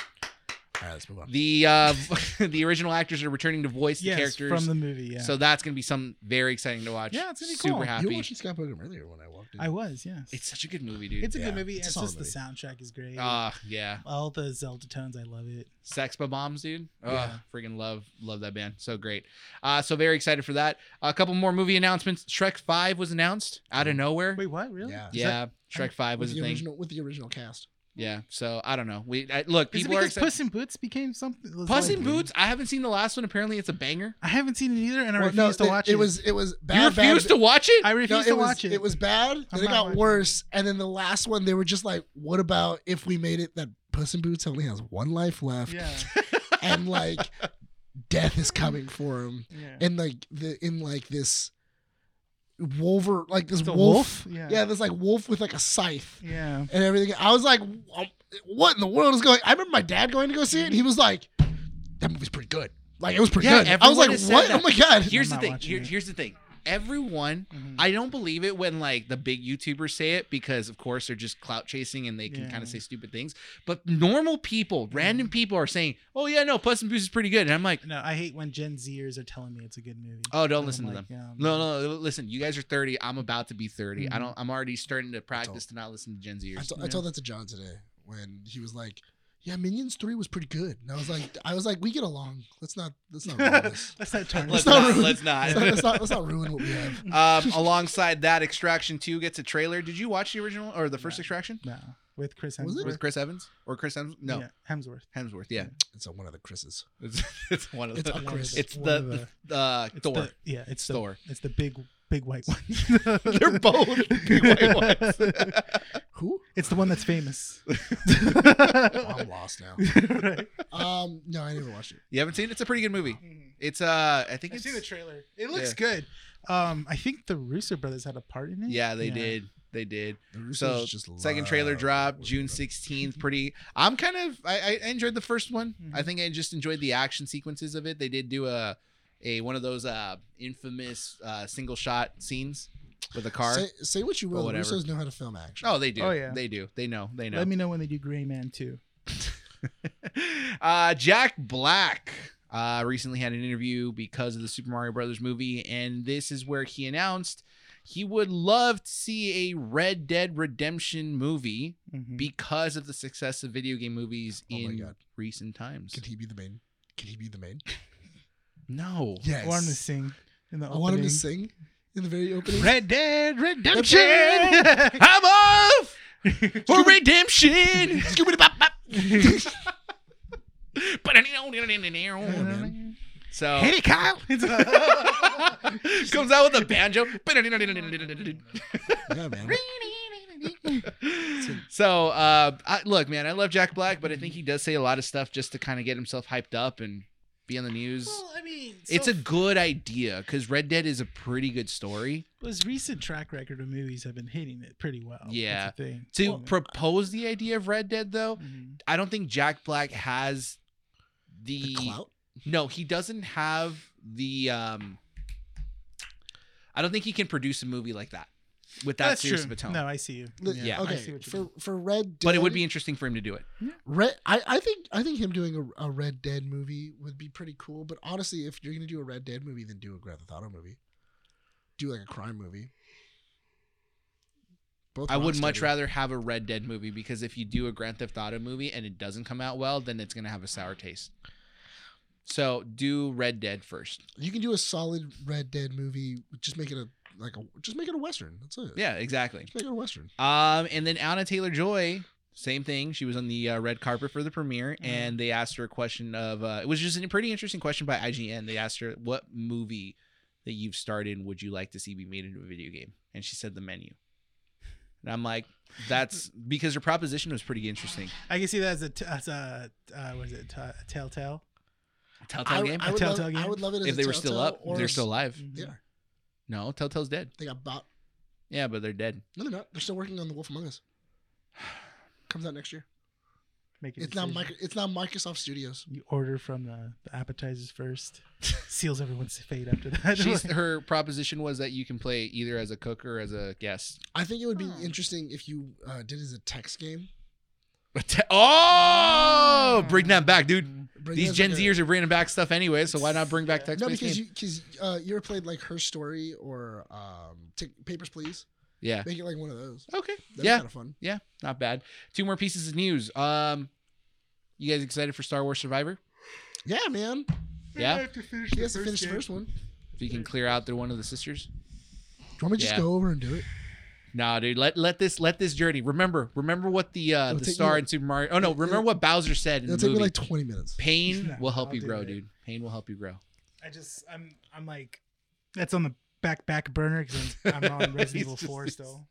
All right, let's move on.
The uh, the original actors are returning to voice the
Yes.
characters.
From the movie. Yeah.
So that's going to be something very exciting to watch.
Yeah, it's gonna be
super
cool. You
you
happy.
were watching Scott Pilgrim earlier when I walked in.
I was. Yes.
It's such a good movie, dude.
It's a
Yeah,
good movie.
it's a
It's,
solid
just
movie.
the soundtrack is great.
Ah, yeah.
All the Zelda tones, I love it.
Sex Bombs, dude. Oh,
Yeah.
freaking love, love that band. So great. Uh, so very excited for that. A couple more movie announcements. Shrek Five was announced out of nowhere.
Mm-hmm. Wait, what? Really?
Yeah. is
yeah, Shrek Five was
with
a
the
thing.
original with the original cast.
Yeah. So I don't know. We I, look,
Is it
people are
because
excited.
Puss in Boots became something? was
Puss
like-
in Boots. I haven't seen the last one. Apparently, it's a banger.
I haven't seen it either, and I
Well,
refuse
no,
to
it,
watch it.
it was it was bad.
you
bad,
refuse to watch it.
I
No,
refuse
it
to
was,
watch it.
It was bad.
I'm
And it
not
got
watching
worse. And then the last one, they were just like, "What about if we made it that Puss in Boots only has one life left,
Yeah.
and like death is coming for him,
yeah.
and like the in like this wolver, like this
The
wolf,
wolf? Yeah.
yeah, this like wolf with like a scythe
yeah.
and everything." I was like, "Wha- "What in the world is going?" I remember my dad going to go see it, and he was like, "That movie's pretty good." Like it was pretty
Yeah,
good. I
everyone
was like,
has said
"What?
that.
Oh my god!"
Here's the
not
thing.
watching
Here-
it.
here's the thing. Everyone,
Mhm.
I don't believe it when like the big YouTubers say it because of course they're just clout chasing and they can
Yeah.
kind of say stupid things. But normal people, random people are saying, "Oh yeah, no, Puss in Boots is pretty good," and I'm like,
No, I hate when Gen Zers are telling me it's a good movie.
"Oh, don't
And
listen
I'm
to
like,
them."
yeah, I'm
No, no,
like-
no, listen. You guys are 30. I'm about to be 30. I
Mhm.
don't. I'm already starting to practice to not listen to Gen
I
Zers.
to- I told that to John today when he was like, "Yeah, Minions Three was pretty good," and I was like, "I was like, we get along. Let's not let's not ruin this.
Let's not turn
Let's
this
It's not
not.
rude.
Let's not.
Let's not, let's not let's not ruin what we have."
um, alongside that, Extraction Two gets a trailer. Did you watch the original or the first
No.
Extraction
No, with Chris
Was it?
Hemsworth.
with Chris Evans or Chris Hemsworth? No,
Yeah, Hemsworth.
Hemsworth. Yeah,
It's one of the Chris's.
it's, it's one of
It's
the.
a Chris.
It's
one
the,
of
the,
the-
uh,
It's
Thor.
The, yeah, it's the
Thor.
it's the big big white one.
They're both big white ones.
Who?
It's the one that's famous.
I'm lost now.
right. Mm-hmm.
Um, no, I never watched it.
you haven't seen it? It's a pretty good movie. It's uh, I think
I
it's
see the trailer. It
looks
looks good. Um, I think the Russo brothers had a part in it.
yeah, they did. They did.
The Russos
So,
just
Second
love
trailer drop
what
June
they do.
sixteenth. Pretty. I'm kind of. I, I enjoyed the first one. I
Mhm.
think I just enjoyed the action sequences of it. They did do a a one of those uh infamous uh single shot scenes with a car.
Say, say what you will. The
whatever.
Russos know how to film action.
oh, they do.
Oh, yeah.
They do. They know. They know.
Let me know when they do Gray Man too.
uh, Jack Black uh, recently had an interview because of the Super Mario Brothers movie, and this is where he announced he would love to see a Red Dead Redemption movie
Mhm.
because of the success of video game movies
Oh my
in
God.
recent times.
Can he be the main? Can he be the main?
No.
Yes.
I want him to sing in the
I want him to
opening.
sing in the very opening.
Red Dead Redemption.
I'm off for redemption.
man.
so
Hey, Kyle.
comes out with a banjo.
Yeah, man.
so uh, I, look, man, I love Jack Black, but I think he does say a lot of stuff just to kind of get himself hyped up and be on the news.
well, I mean,
it's
so
a good idea because Red Dead is a pretty good story.
his recent track record of movies have been hitting it pretty well. That's
Yeah.
the thing.
To
Well,
propose the idea of Red Dead, though,
mhm.
I don't think Jack Black has the,
The clout.
no. He doesn't have the. um I don't think he can produce a movie like that with that
That's
serious
true.
of a tone.
No, I see you.
Li-
Yeah.
I
Okay.
see what you
for
mean.
for Red.
but it would
Dead-
be interesting for him to do it.
Red, I, I think I think him doing a, a Red Dead movie would be pretty cool. But honestly, if you're gonna do a Red Dead movie, then do a Grand Theft Auto movie. Do like a crime movie. Both
I would much
Rocksteady.
rather have a Red Dead movie because if you do a Grand Theft Auto movie and it doesn't come out well, then it's gonna have a sour taste. So do Red Dead first.
you can do a solid Red Dead movie. Just make it a like a just make it a western. That's it.
Yeah, exactly.
Just make it a western.
Um, and then Anna Taylor Joy, same thing. She was on the uh, red carpet for the premiere,
Mm-hmm.
Mhm.
and they asked her a question of uh, it was just a pretty interesting question by IGN. They asked her what movie that you've starred in would you like to see be made into a video game, and she said The Menu. And I'm like, that's because your proposition was pretty interesting.
I can see that as a, t- as a uh, what is it, t- a telltale?
Telltale
I,
game.
I would
Telltale
love, I
game?
would love it as
if
a
they were still
Telltale
up,
or
they're
as-
still alive.
They are.
No, Telltale's dead.
They got bought.
Yeah, but they're dead.
No, they're not. They're still working on The Wolf Among Us. Comes out next year.
Make a
It's now
decision.
micro, It's now Microsoft Studios.
You order from the, the appetizers first, seals everyone's fate after that.
She's,
Like,
her proposition was that you can play either as a cook or as a guest.
I think it would be
Hmm.
interesting if you uh, did it as a text game.
oh, bring that back, dude.
Ah. Bring it
These
as
Gen
like a-
Zers are bringing back stuff anyway, so why not bring back text
No,
based
because you because uh, you ever played like Her Story or um, Tick Papers Please.
Yeah.
Make it like one of those.
Okay.
That'd
yeah,
kind of fun.
not bad. Two more pieces of news. Um, you guys excited for Star Wars Survivor?
Yeah, man.
Yeah.
I have to finish
He
the
has to finish
first
the
game.
first one. Do
If you can clear out through one of the sisters.
you want me to just
Yeah.
go over and do it?
Nah, dude. Let let this let this journey. Remember, remember what the uh,
It'll
the
take
star
me-
in Super Mario. Oh no,
it'll-
remember what Bowser said in
It'll
the
take
movie.
me like 20 minutes.
Pain
No,
will help
I'll
you
do
grow,
it.
dude. Pain will help you grow.
I just I'm I'm like that's on the back back burner because I'm, I'm on
He's
Resident Evil
just-
Four still.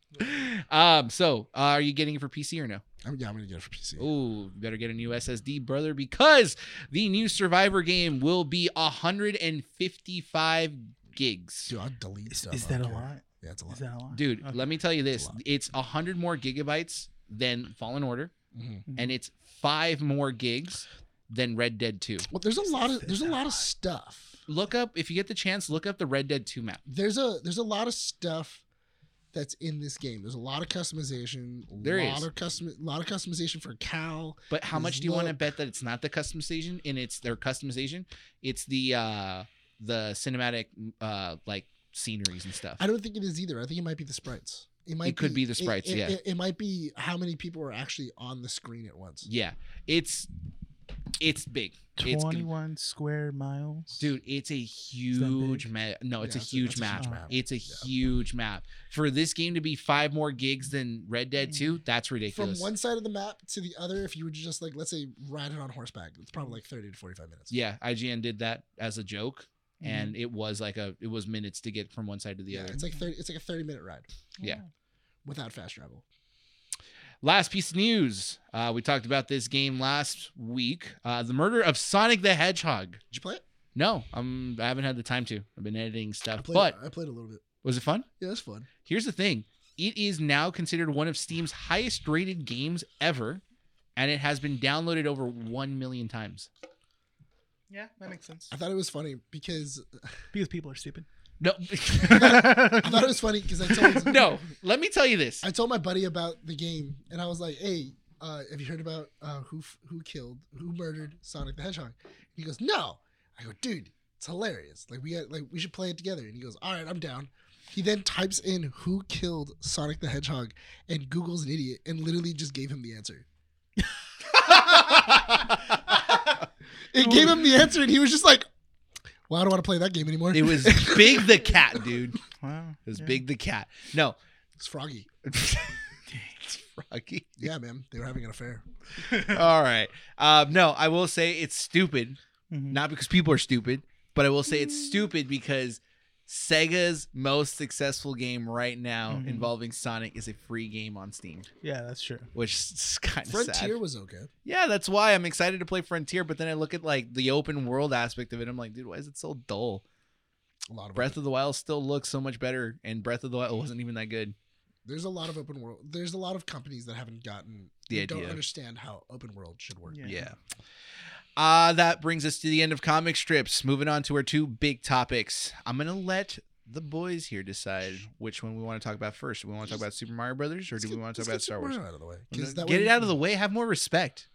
Um, so uh, are you getting it for PC or no?
I'm, yeah, I'm gonna get it for PC.
Ooh, better get a new SSD, brother, because the new Survivor game will be 155 gigs.
Dude, I'll delete
Is,
stuff.
is
I
that a
don't care.
lot?
Yeah, it's a lot.
Is that a lot?
Dude,
Okay.
let me tell you this:
That's a lot.
it's 100 more gigabytes than Fallen Order,
Mhm.
and it's five more gigs than Red Dead 2.
Well, there's a lot
Is
of there's a
that
lot
a
of stuff.
Look up if you get the chance. Look up the Red Dead 2 map.
There's a there's a lot of stuff that's in this game. There's a lot of customization. A
There
lot
is.
of custom a lot of customization for Cal.
But how
There's
much do you want to
look.
bet that it's not the customization and it's their customization? It's the uh the cinematic uh like sceneries and stuff.
I don't think it is either. I think it might be the sprites. It might
could be the sprites,
It, it-
yeah.
It, it might be how many people are actually on the screen at once.
Yeah, it's it's big. It's
Twenty
gonna-
one square miles.
dude, it's a huge map. No, it's
Yeah,
a huge
that's
map.
huge
map.
It's a
Yeah.
huge map. For this game to be five more gigs than Red Dead 2, that's
Mm. From
ridiculous.
one side of the map to the other, if you would just like, let's say, ride it on horseback, it's probably like 30 to 45 minutes.
yeah, IGN did that as a joke.
Mhm.
And it was like a it was minutes to get from one side to the
Mm-hmm. Yeah,
other.
it's like 30, it's like a 30 minute ride
Mm-hmm.
Yeah.
without fast travel.
Last piece of news. Uh, we talked about this game last week. Uh, the murder of Sonic the Hedgehog.
Did you play it?
No, I'm, I haven't had the time to. I've been editing
I
stuff.
played.
But
I played a little bit.
was it fun?
Yeah, it's fun.
Here's the thing it is now considered one of Steam's highest rated games ever, and it has been downloaded over 1 million times.
Yeah, that makes sense.
I thought it was funny because
Because people are stupid.
No,
I thought it was funny because I told
no, let me tell you this.
I told my buddy about the game, and I was like, "Hey, uh, have you heard about uh, who f- who killed, who murdered Sonic the Hedgehog?" And he goes, "No." I go, "Dude, it's hilarious. Like we got, like we should play it together." And he goes, "All right, I'm down." He then types in who killed Sonic the Hedgehog and Google's an idiot and literally just gave him the answer. It gave him the answer, and he was just like, "Well, I don't want to play that game anymore."
It was Big the Cat, dude. It
Wow.
was
yeah.
Big the Cat. No.
it's Froggy.
it's Froggy.
Yeah, man, they were having an affair.
All right. Um, no, I will say it's stupid.
Mhm.
Not because people are stupid, but I will say it's stupid because Sega's most successful game right now
Mhm.
involving Sonic is a free game on Steam,
Yeah, that's true.
which is kind of sad.
Frontier was okay.
Yeah, that's why I'm excited to play Frontier, but then I look at like the open world aspect of it. I'm like, dude, why is it so dull?
A lot of
Breath of the Wild still looks so much better, and Breath of the Wild wasn't even that good.
There's a lot of open world. There's a lot of companies that haven't gotten
The
that don't
idea.
understand how open world should work.
Yeah.
Yeah. Uh, that brings us to the end of comic strips. Moving on to our two big topics. I'm going to let the boys here decide which one we want to talk about first. Do we want to talk about Super Mario Brothers or
Let's
do we
get-
want to
let's
talk
get
about Star
Super
Wars?
Mario Out of the way. 'cause
Get
that
it
way-
out of the way. Have more respect.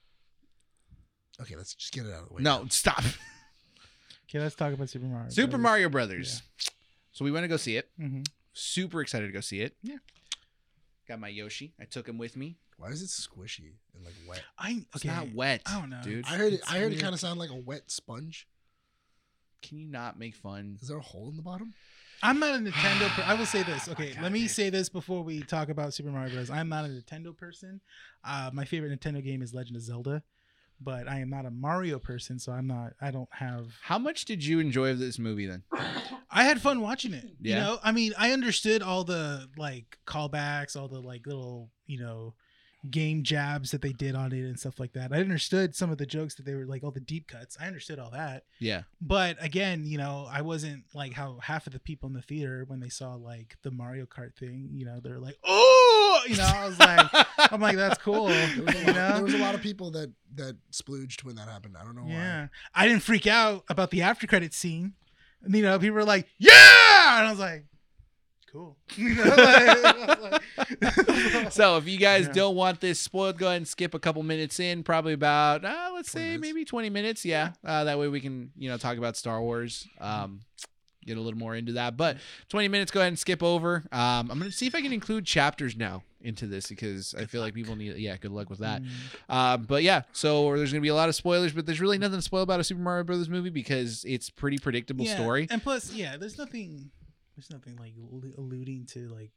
Okay, let's just get it out of the way.
No, stop.
Okay, let's talk about Super Mario.
Super
Brothers.
Mario Brothers. So we went to go see it.
Mhm.
Super excited to go see it.
Yeah.
Got my Yoshi. I took him with me.
Why is it squishy and like wet?
I
It's
okay.
not wet.
I don't know.
Dude,
Oh, I heard it.
it's
I heard it
weird.
kind of sound like a wet sponge.
can you not make fun?
Is there a hole in the bottom?
I'm not a Nintendo. Per- I will say this.
Oh my
Okay,
God,
let me
dude.
say this before we talk about Super Mario Bros. I'm not a Nintendo person. Uh, my favorite Nintendo game is Legend of Zelda, but I am not a Mario person, so I'm not. I don't have.
How much did you enjoy of this movie then?
I had fun watching it.
Yeah.
You know, I mean, I understood all the like callbacks, all the like little, you know, game jabs that they did on it and stuff like that. I understood some of the jokes that they were like all the deep cuts. I understood all that.
Yeah.
But again, you know, I wasn't like how half of the people in the theater when they saw like the Mario Kart thing, you know, they're like, "Oh!" You know, I was like I'm like that's cool.
There was, a
You
lot,
know?
there was a lot of people that that splooged when that happened. I don't know
Yeah. I didn't freak out about the after credit scene. And, you know, people were like, yeah. And I was like, cool. You know, like, I was like-
so if you guys
Yeah.
don't want this spoiled, go ahead and skip a couple minutes in, probably about uh, let's
20
say
minutes.
maybe twenty minutes. Yeah, Uh, that way we can you know talk about Star Wars. Um, get a little more into that, but twenty minutes. Go ahead and skip over. Um, I'm gonna see if I can include chapters now into this because I feel like people need. Yeah, good luck with
Mm-hmm. Mm.
that. Um, but yeah, so there's gonna be a lot of spoilers, but there's really nothing to spoil about a Super Mario Brothers movie because it's pretty predictable
Yeah,
story.
And plus, yeah, there's nothing, there's nothing like allu- alluding to like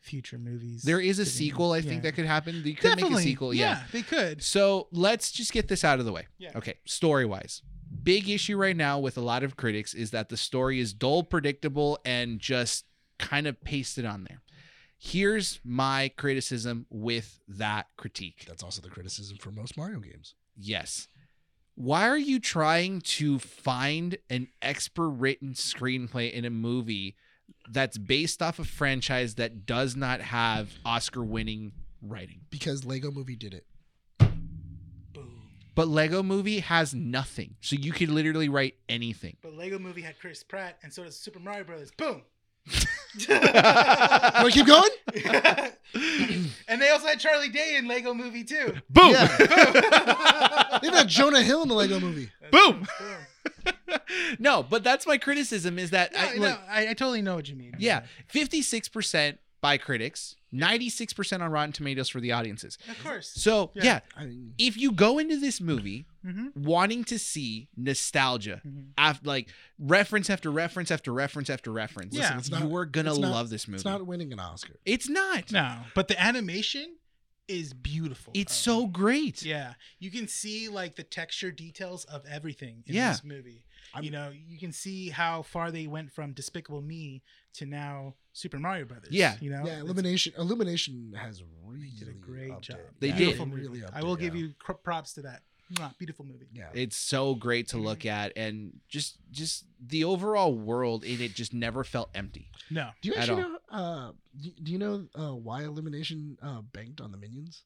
future movies.
There is a
to be-
sequel I
yeah.
think that could happen. You could
Definitely.
make a sequel. yeah.
They could.
So let's just get this out of the way.
Yeah.
Okay, story wise. Big issue right now with a lot of critics is that the story is dull, predictable, and just kind of pasted on there. Here's my criticism with that critique.
why. That's also the criticism for most Mario games.
Yes. Why are you trying to find an expert written screenplay in a movie that's based off a franchise that does not have Oscar winning writing?
Because Lego Movie did it.
But Lego Movie has nothing. So you could literally write anything.
But Lego Movie had Chris Pratt, and so does Super Mario Brothers. Boom.
Want to keep going?
and they also had Charlie Day in Lego Movie too.
Boom.
They even had Jonah Hill in the Lego Movie.
Boom. no, but that's my criticism is that
No,
I,
I,
look,
no, I, I totally know what you mean.
yeah, 56% by critics, 96% on Rotten Tomatoes for the audiences.
of course.
So,
Yeah.
yeah,
I mean,
if you go into this movie
Mm-hmm.
wanting to see nostalgia after like reference after reference after reference after reference
Yeah.
Listen, it's
you
not-
are gonna
it's not-
love this movie
it's not winning an Oscar.
it's not.
No, but the animation is beautiful.
It's
Oh.
so great
yeah. You can see like the texture details of everything in
Yeah.
this movie. you know, you can see how far they went from Despicable Me to now Super Mario Brothers.
Yeah.
you know,
Yeah,
It's-
Illumination. Illumination has really
did a great
upped
job.
it.
They
Yeah.
did.
Beautiful movie.
Really upped
I will
it,
give
yeah.
you cr- props to that. Mwah, Beautiful movie.
Yeah.
it's so great to look at and just just the overall world in it just never felt empty
No,
do you
at
actually know? Uh, do do you know uh, why Illumination uh, banked on the Minions?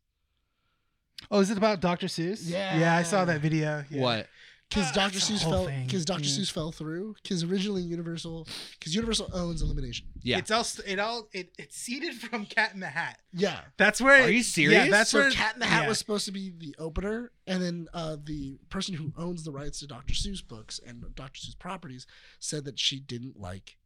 oh, is it about Dr. Seuss?
Yeah.
yeah, I saw that video. Yeah.
what
Because
Ah,
Dr.
that's the
Seuss
whole
fell.
thing. Mm.
Because Dr.
Yeah.
Seuss fell through. Because originally Universal, because Universal owns Illumination.
Yeah.
It's all it all it it's seeded from Cat in the Hat.
Yeah.
That's where
Are you serious?
Yeah, that's
so
where
Cat in the Hat
yeah.
was supposed to be the opener, and then uh, the person who owns the rights to Dr. Seuss books and Dr. Seuss properties said that she didn't like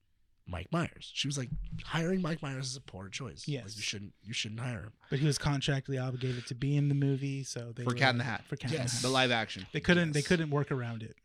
Mike Myers. She was like, hiring Mike Myers is a poor choice. Like,
Yes.
you shouldn't. You shouldn't hire him.
But he was contractually obligated to be in the movie, so they
For
were
Cat in the
like-
Hat.
For Cat
Yes.
in the
the
Hat.
live action
They couldn't. They
Yes.
couldn't work around it.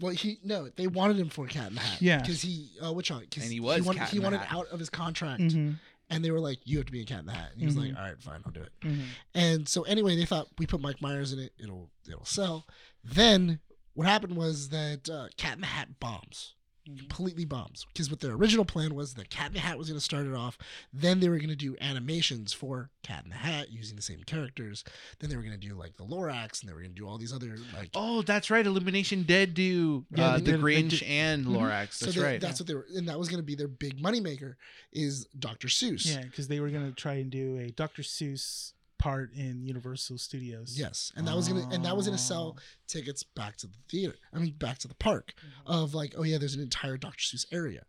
Well, he no, they wanted him for Cat in the Hat.
Yeah.
because he uh, which one? 'cause
And he was
wanted,
Cat in
he
the
wanted
Hat.
out of his contract,
Mm-hmm.
and they were like, "You have to be a Cat in the Hat." And he was like, "All right, fine, I'll do it." And so anyway, they thought we put Mike Myers in it; it'll it'll sell. Then what happened was that uh, Cat in the Hat bombs,
Mm-hmm.
completely bombs, because what their original plan was that Cat in the Hat was going to start it off. Then they were going to do animations for Cat in the Hat using the same characters. Then they were going to do like the Lorax, and they were going to do all these other like.
oh that's right illumination dead do
Yeah,
uh,
they
the
did- they
grinch
did-
and
Mhm.
lorax Mm-hmm. that's
they-
right
That's what they were, and that was going to be their big moneymaker is Dr. Seuss.
Yeah, because they were gonna try and do a Dr. Seuss part in Universal Studios.
Yes, and that was gonna and that was gonna sell
Oh.
tickets back to the theater. I mean, back to the park
Mm-hmm.
of like, oh yeah, there's an entire Dr. Seuss area.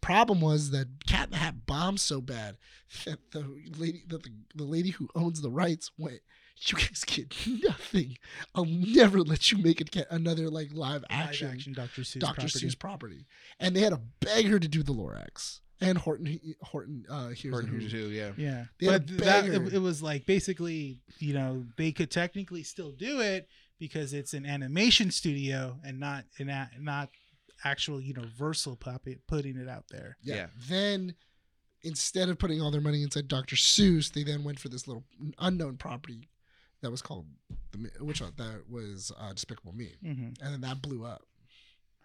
Problem was that Cat in the Hat bombed so bad that the lady that the, the lady who owns the rights went, you guys get nothing. I'll never let you make it get another like live
Live
action,
action Dr. Seuss.
Dr.
property.
Seuss property, and they had to beg her to do the Lorax and Horton Horton uh, here's
Heard
Horton
who too, yeah
Yeah,
They
but
had a
that
banger.
it, it was like basically, you know, they could technically still do it because it's an animation studio and not an a, not actual Universal puppet putting it out there.
Yeah.
Yeah.
Then instead of putting all their money inside Dr. Seuss, they then went for this little unknown property that was called the Mi- which one that was uh, Despicable Me,
Mm-hmm.
and then that blew up.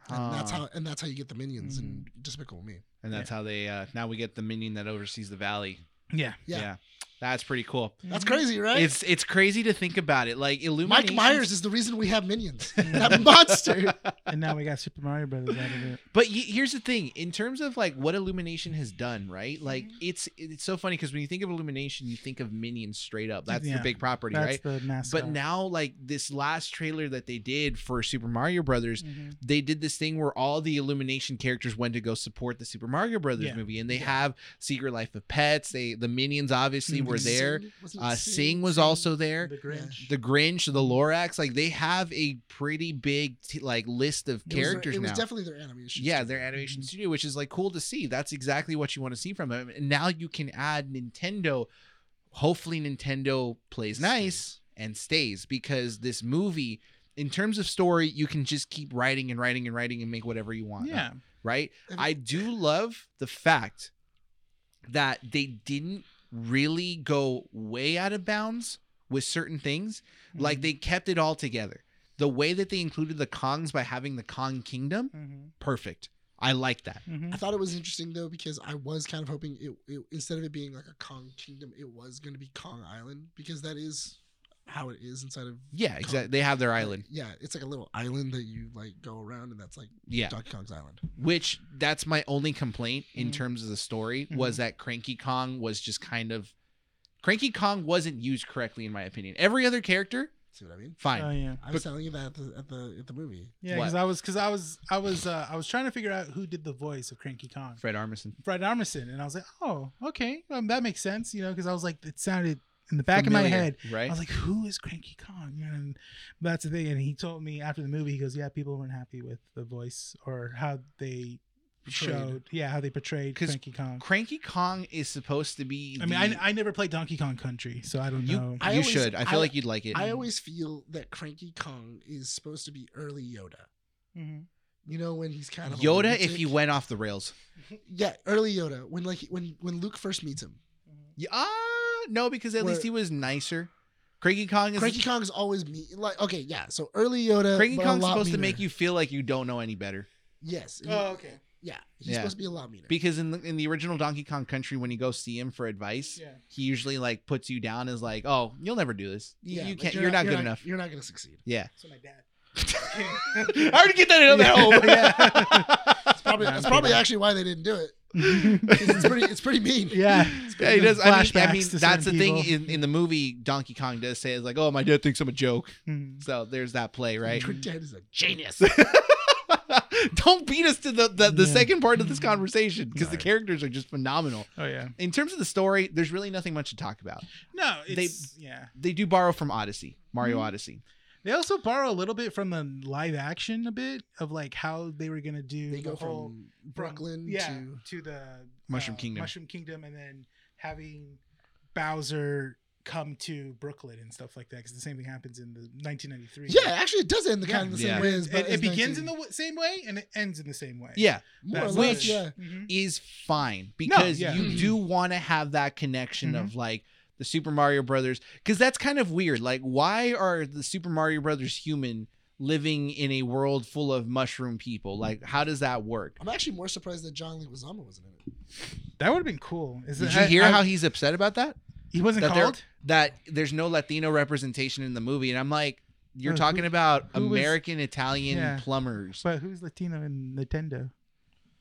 And that's
Huh. Mm.
how and that's how you get the minions in Despicable Me.
and that's how they uh now we get the minion that oversees the valley.
Yeah.
Yeah.
That's pretty cool.
That's crazy, right?
It's it's crazy to think about it. Like
Mike
Illumination.
Myers is the reason we have minions. that monster.
and now we got Super Mario Brothers out of it.
But y- here's the thing, in terms of like what Illumination has done, right? Like it's it's so funny because when you think of Illumination, you think of Minions straight up. That's
Yeah.
the big property,
That's
right?
the mascot.
But now, like this last trailer that they did for Super Mario Brothers,
Mhm.
they did this thing where all the Illumination characters went to go support the Super Mario Brothers
Yeah.
movie, and they have Secret Life of Pets. They the Minions obviously
Mhm.
were there.
Sing- wasn't it
Uh,
Sing?
Sing was also there.
The Grinch.
The Grinch, the Lorax, like they have a pretty big t- like list of
It was their-
characters
It was
now.
definitely their animation.
Yeah,
studio.
their animation studio, which is like cool to see. That's exactly what you want to see from them. And now you can add Nintendo. Hopefully, Nintendo plays nice and stays because this movie, in terms of story, you can just keep writing and writing and writing and make whatever you want.
yeah,
Right?
And-
I do love the fact that they didn't really go way out of bounds with certain things.
Mm-hmm.
Like they kept it all together. The way that they included the Kongs by having the Kong Kingdom
Mhm.
perfect. I like that.
Mhm.
I thought it was interesting though because I was kind of hoping it, it instead of it being like a Kong Kingdom, it was going to be Kong Island because that is how it is inside of
Yeah, exactly. They have their island.
Yeah, it's like a little island that you like go around, and that's like
Yeah,
Donkey Kong's island.
which that's my only complaint in
Mhm.
terms of the story
Mm-hmm.
was that Cranky Kong was just kind of Cranky Kong wasn't used correctly in my opinion. Every other character,
See what I mean?
fine.
Oh yeah.
I was telling you that at the at the, at the movie.
Yeah,
What?
because I was because I was I was uh, I was trying to figure out who did the voice of Cranky Kong,
Fred Armisen.
Fred Armisen, and I was like, oh, okay, um, that makes sense, you know, because I was like, it sounded in the back of my
Familiar,
head. I
right?
was like, who is Cranky Kong? You know, and that's the thing. And he told me after the movie, he goes, yeah, people weren't happy with the voice or how they
Portrayed.
showed, yeah, how they portrayed
'Cause
Cranky Kong.
Cranky Kong is supposed to be
I mean,
the-
I, I never played Donkey Kong Country, so I don't
you
know.
I
you
always-
should. I feel
I-
like you'd like it.
I always feel that Cranky Kong is supposed to be early Yoda.
Mm-hmm.
You know when he's kind of a
Yoda if
lunatic?
he went off the rails.
yeah early Yoda when like he- when when Luke first meets him.
Yeah, ah, no, because at
Where-
least he was nicer. Cranky Kong is
Cranky Kong's always me like okay yeah so early Yoda.
Cranky
but a
Kong's
lot
supposed to
meaner.
make you Uh, feel like you don't know any better.
yes.
Mm-hmm.
Oh,
okay.
Yeah, he's
Yeah.
supposed to be a lot meaner.
Because in the, in the original Donkey Kong Country, when you go see him for advice,
Yeah.
he usually like puts you down as like, "Oh, you'll never do this. You,
Yeah,
you
like,
can't. You're, not, good enough."
You're not gonna succeed.
yeah.
So my dad.
I already get that in
Yeah.
That's probably that's probably actually why they didn't do it. 'Cause It's pretty it's pretty mean.
Yeah.
Yeah, he does. I mean, I
Flashbacks
mean
to
that's the
certain
thing
people.
in, in the movie. Donkey Kong does say is like, "Oh, my dad thinks I'm a joke."
Mhm.
So there's that play, right?
Your dad is a genius.
Don't beat us to the the, the
Yeah.
second part of this conversation because the
Alright.
characters are just phenomenal.
Oh yeah.
In terms of the story, there's really nothing much to talk about.
No,
They-
it's yeah.
They do borrow from Odyssey, Mario
Mhm.
Odyssey.
They also borrow a little bit from the live action a bit of like how they were gonna do
They
the
go
whole
from Brooklyn
yeah,
to
the uh,
Mushroom Kingdom.
Mushroom Kingdom, and then having Bowser come to Brooklyn and stuff like that because the same thing happens in the 1993.
yeah. Actually, it does end the kind of the same
Yeah.
way as.
It, it begins in the w- same way and it ends in the same way.
Yeah,
more or
That's
less,
which-
yeah.
Mhm.
is fine because
yeah.
you
Mhm.
do want to have that connection of like the Super Mario Brothers because that's kind of weird. Like, why are the Super Mario Brothers human living in a world full of mushroom people? Like, how does that work?
I'm actually more surprised that John Leguizamo wasn't in it.
That would have been cool. Is
Did
it-
you
I-
hear
I-
how he's upset about that?
he wasn't
that they're-
called?
That there's no Latino representation in the movie, and I'm like, you're
Uh, who-
talking about
who was-
American Italian
Yeah.
plumbers.
But who's Latino in Nintendo?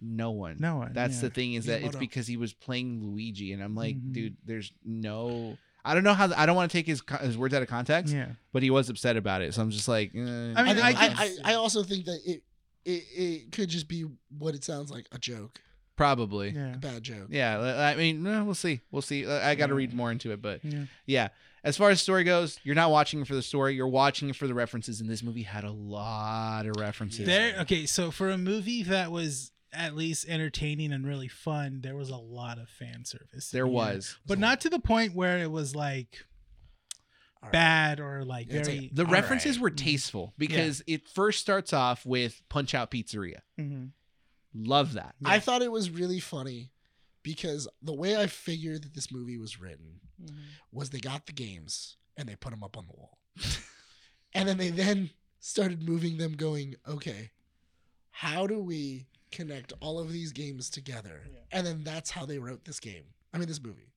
No one.
No one.
That's
yeah.
the thing is
He's
that it's
Moto.
because he was playing Luigi, and I'm like,
Mhm.
dude, there's no. I don't know how. I don't want to take his co- his words out of context,
Yeah.
but he was upset about it. So I'm just like, eh.
I
I,
mean,
think,
I
I,
can
I,
see
I also think that it, it it could just be what it sounds like a joke,
probably. Yeah.
Yeah.
a bad joke.
I mean, eh, we'll see. We'll see. Uh, I got to
Yeah.
read more into it, but
Yeah.
yeah. As far as story goes, you're not watching for the story. You're watching for the references, and this movie had a lot of references.
There. Okay. So for a movie that was at least entertaining and really fun, there was a lot of fan service.
There
Yeah.
was
but not to the point where it was like
All right.
bad or like
Yeah, it's
very.
the
All
references
right.
were tasteful because it first starts off with Punch Out Pizzeria.
Mhm.
Love that.
I thought it was really funny
Mm-hmm.
because the way I figured that this movie was written was they got the games and they put them up on the wall. and then they then started moving them, going, okay, how do we connect all of these games together?
Yeah.
And then that's how they wrote this game. I mean, this movie.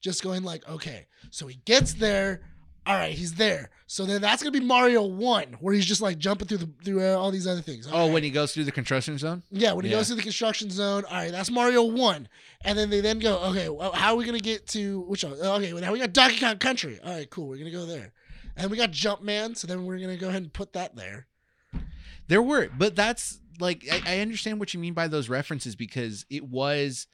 Just going like, okay, so he gets there. All right, he's there. So then that's gonna be Mario One, where he's just like jumping through the through uh, all these other things.
Oh,
Alright.
when he goes through the construction zone?
Yeah, when he
Yeah.
goes to the construction zone, all right, that's Mario one, and then they then go, okay, well, how are we gonna get to which? One? Oh, Okay, well, now we got Donkey Kong Country. All right, cool, we're gonna go there, and we got Jumpman, so then we're gonna go ahead and put that there.
There were, but that's like I, I understand what you mean by those references because it was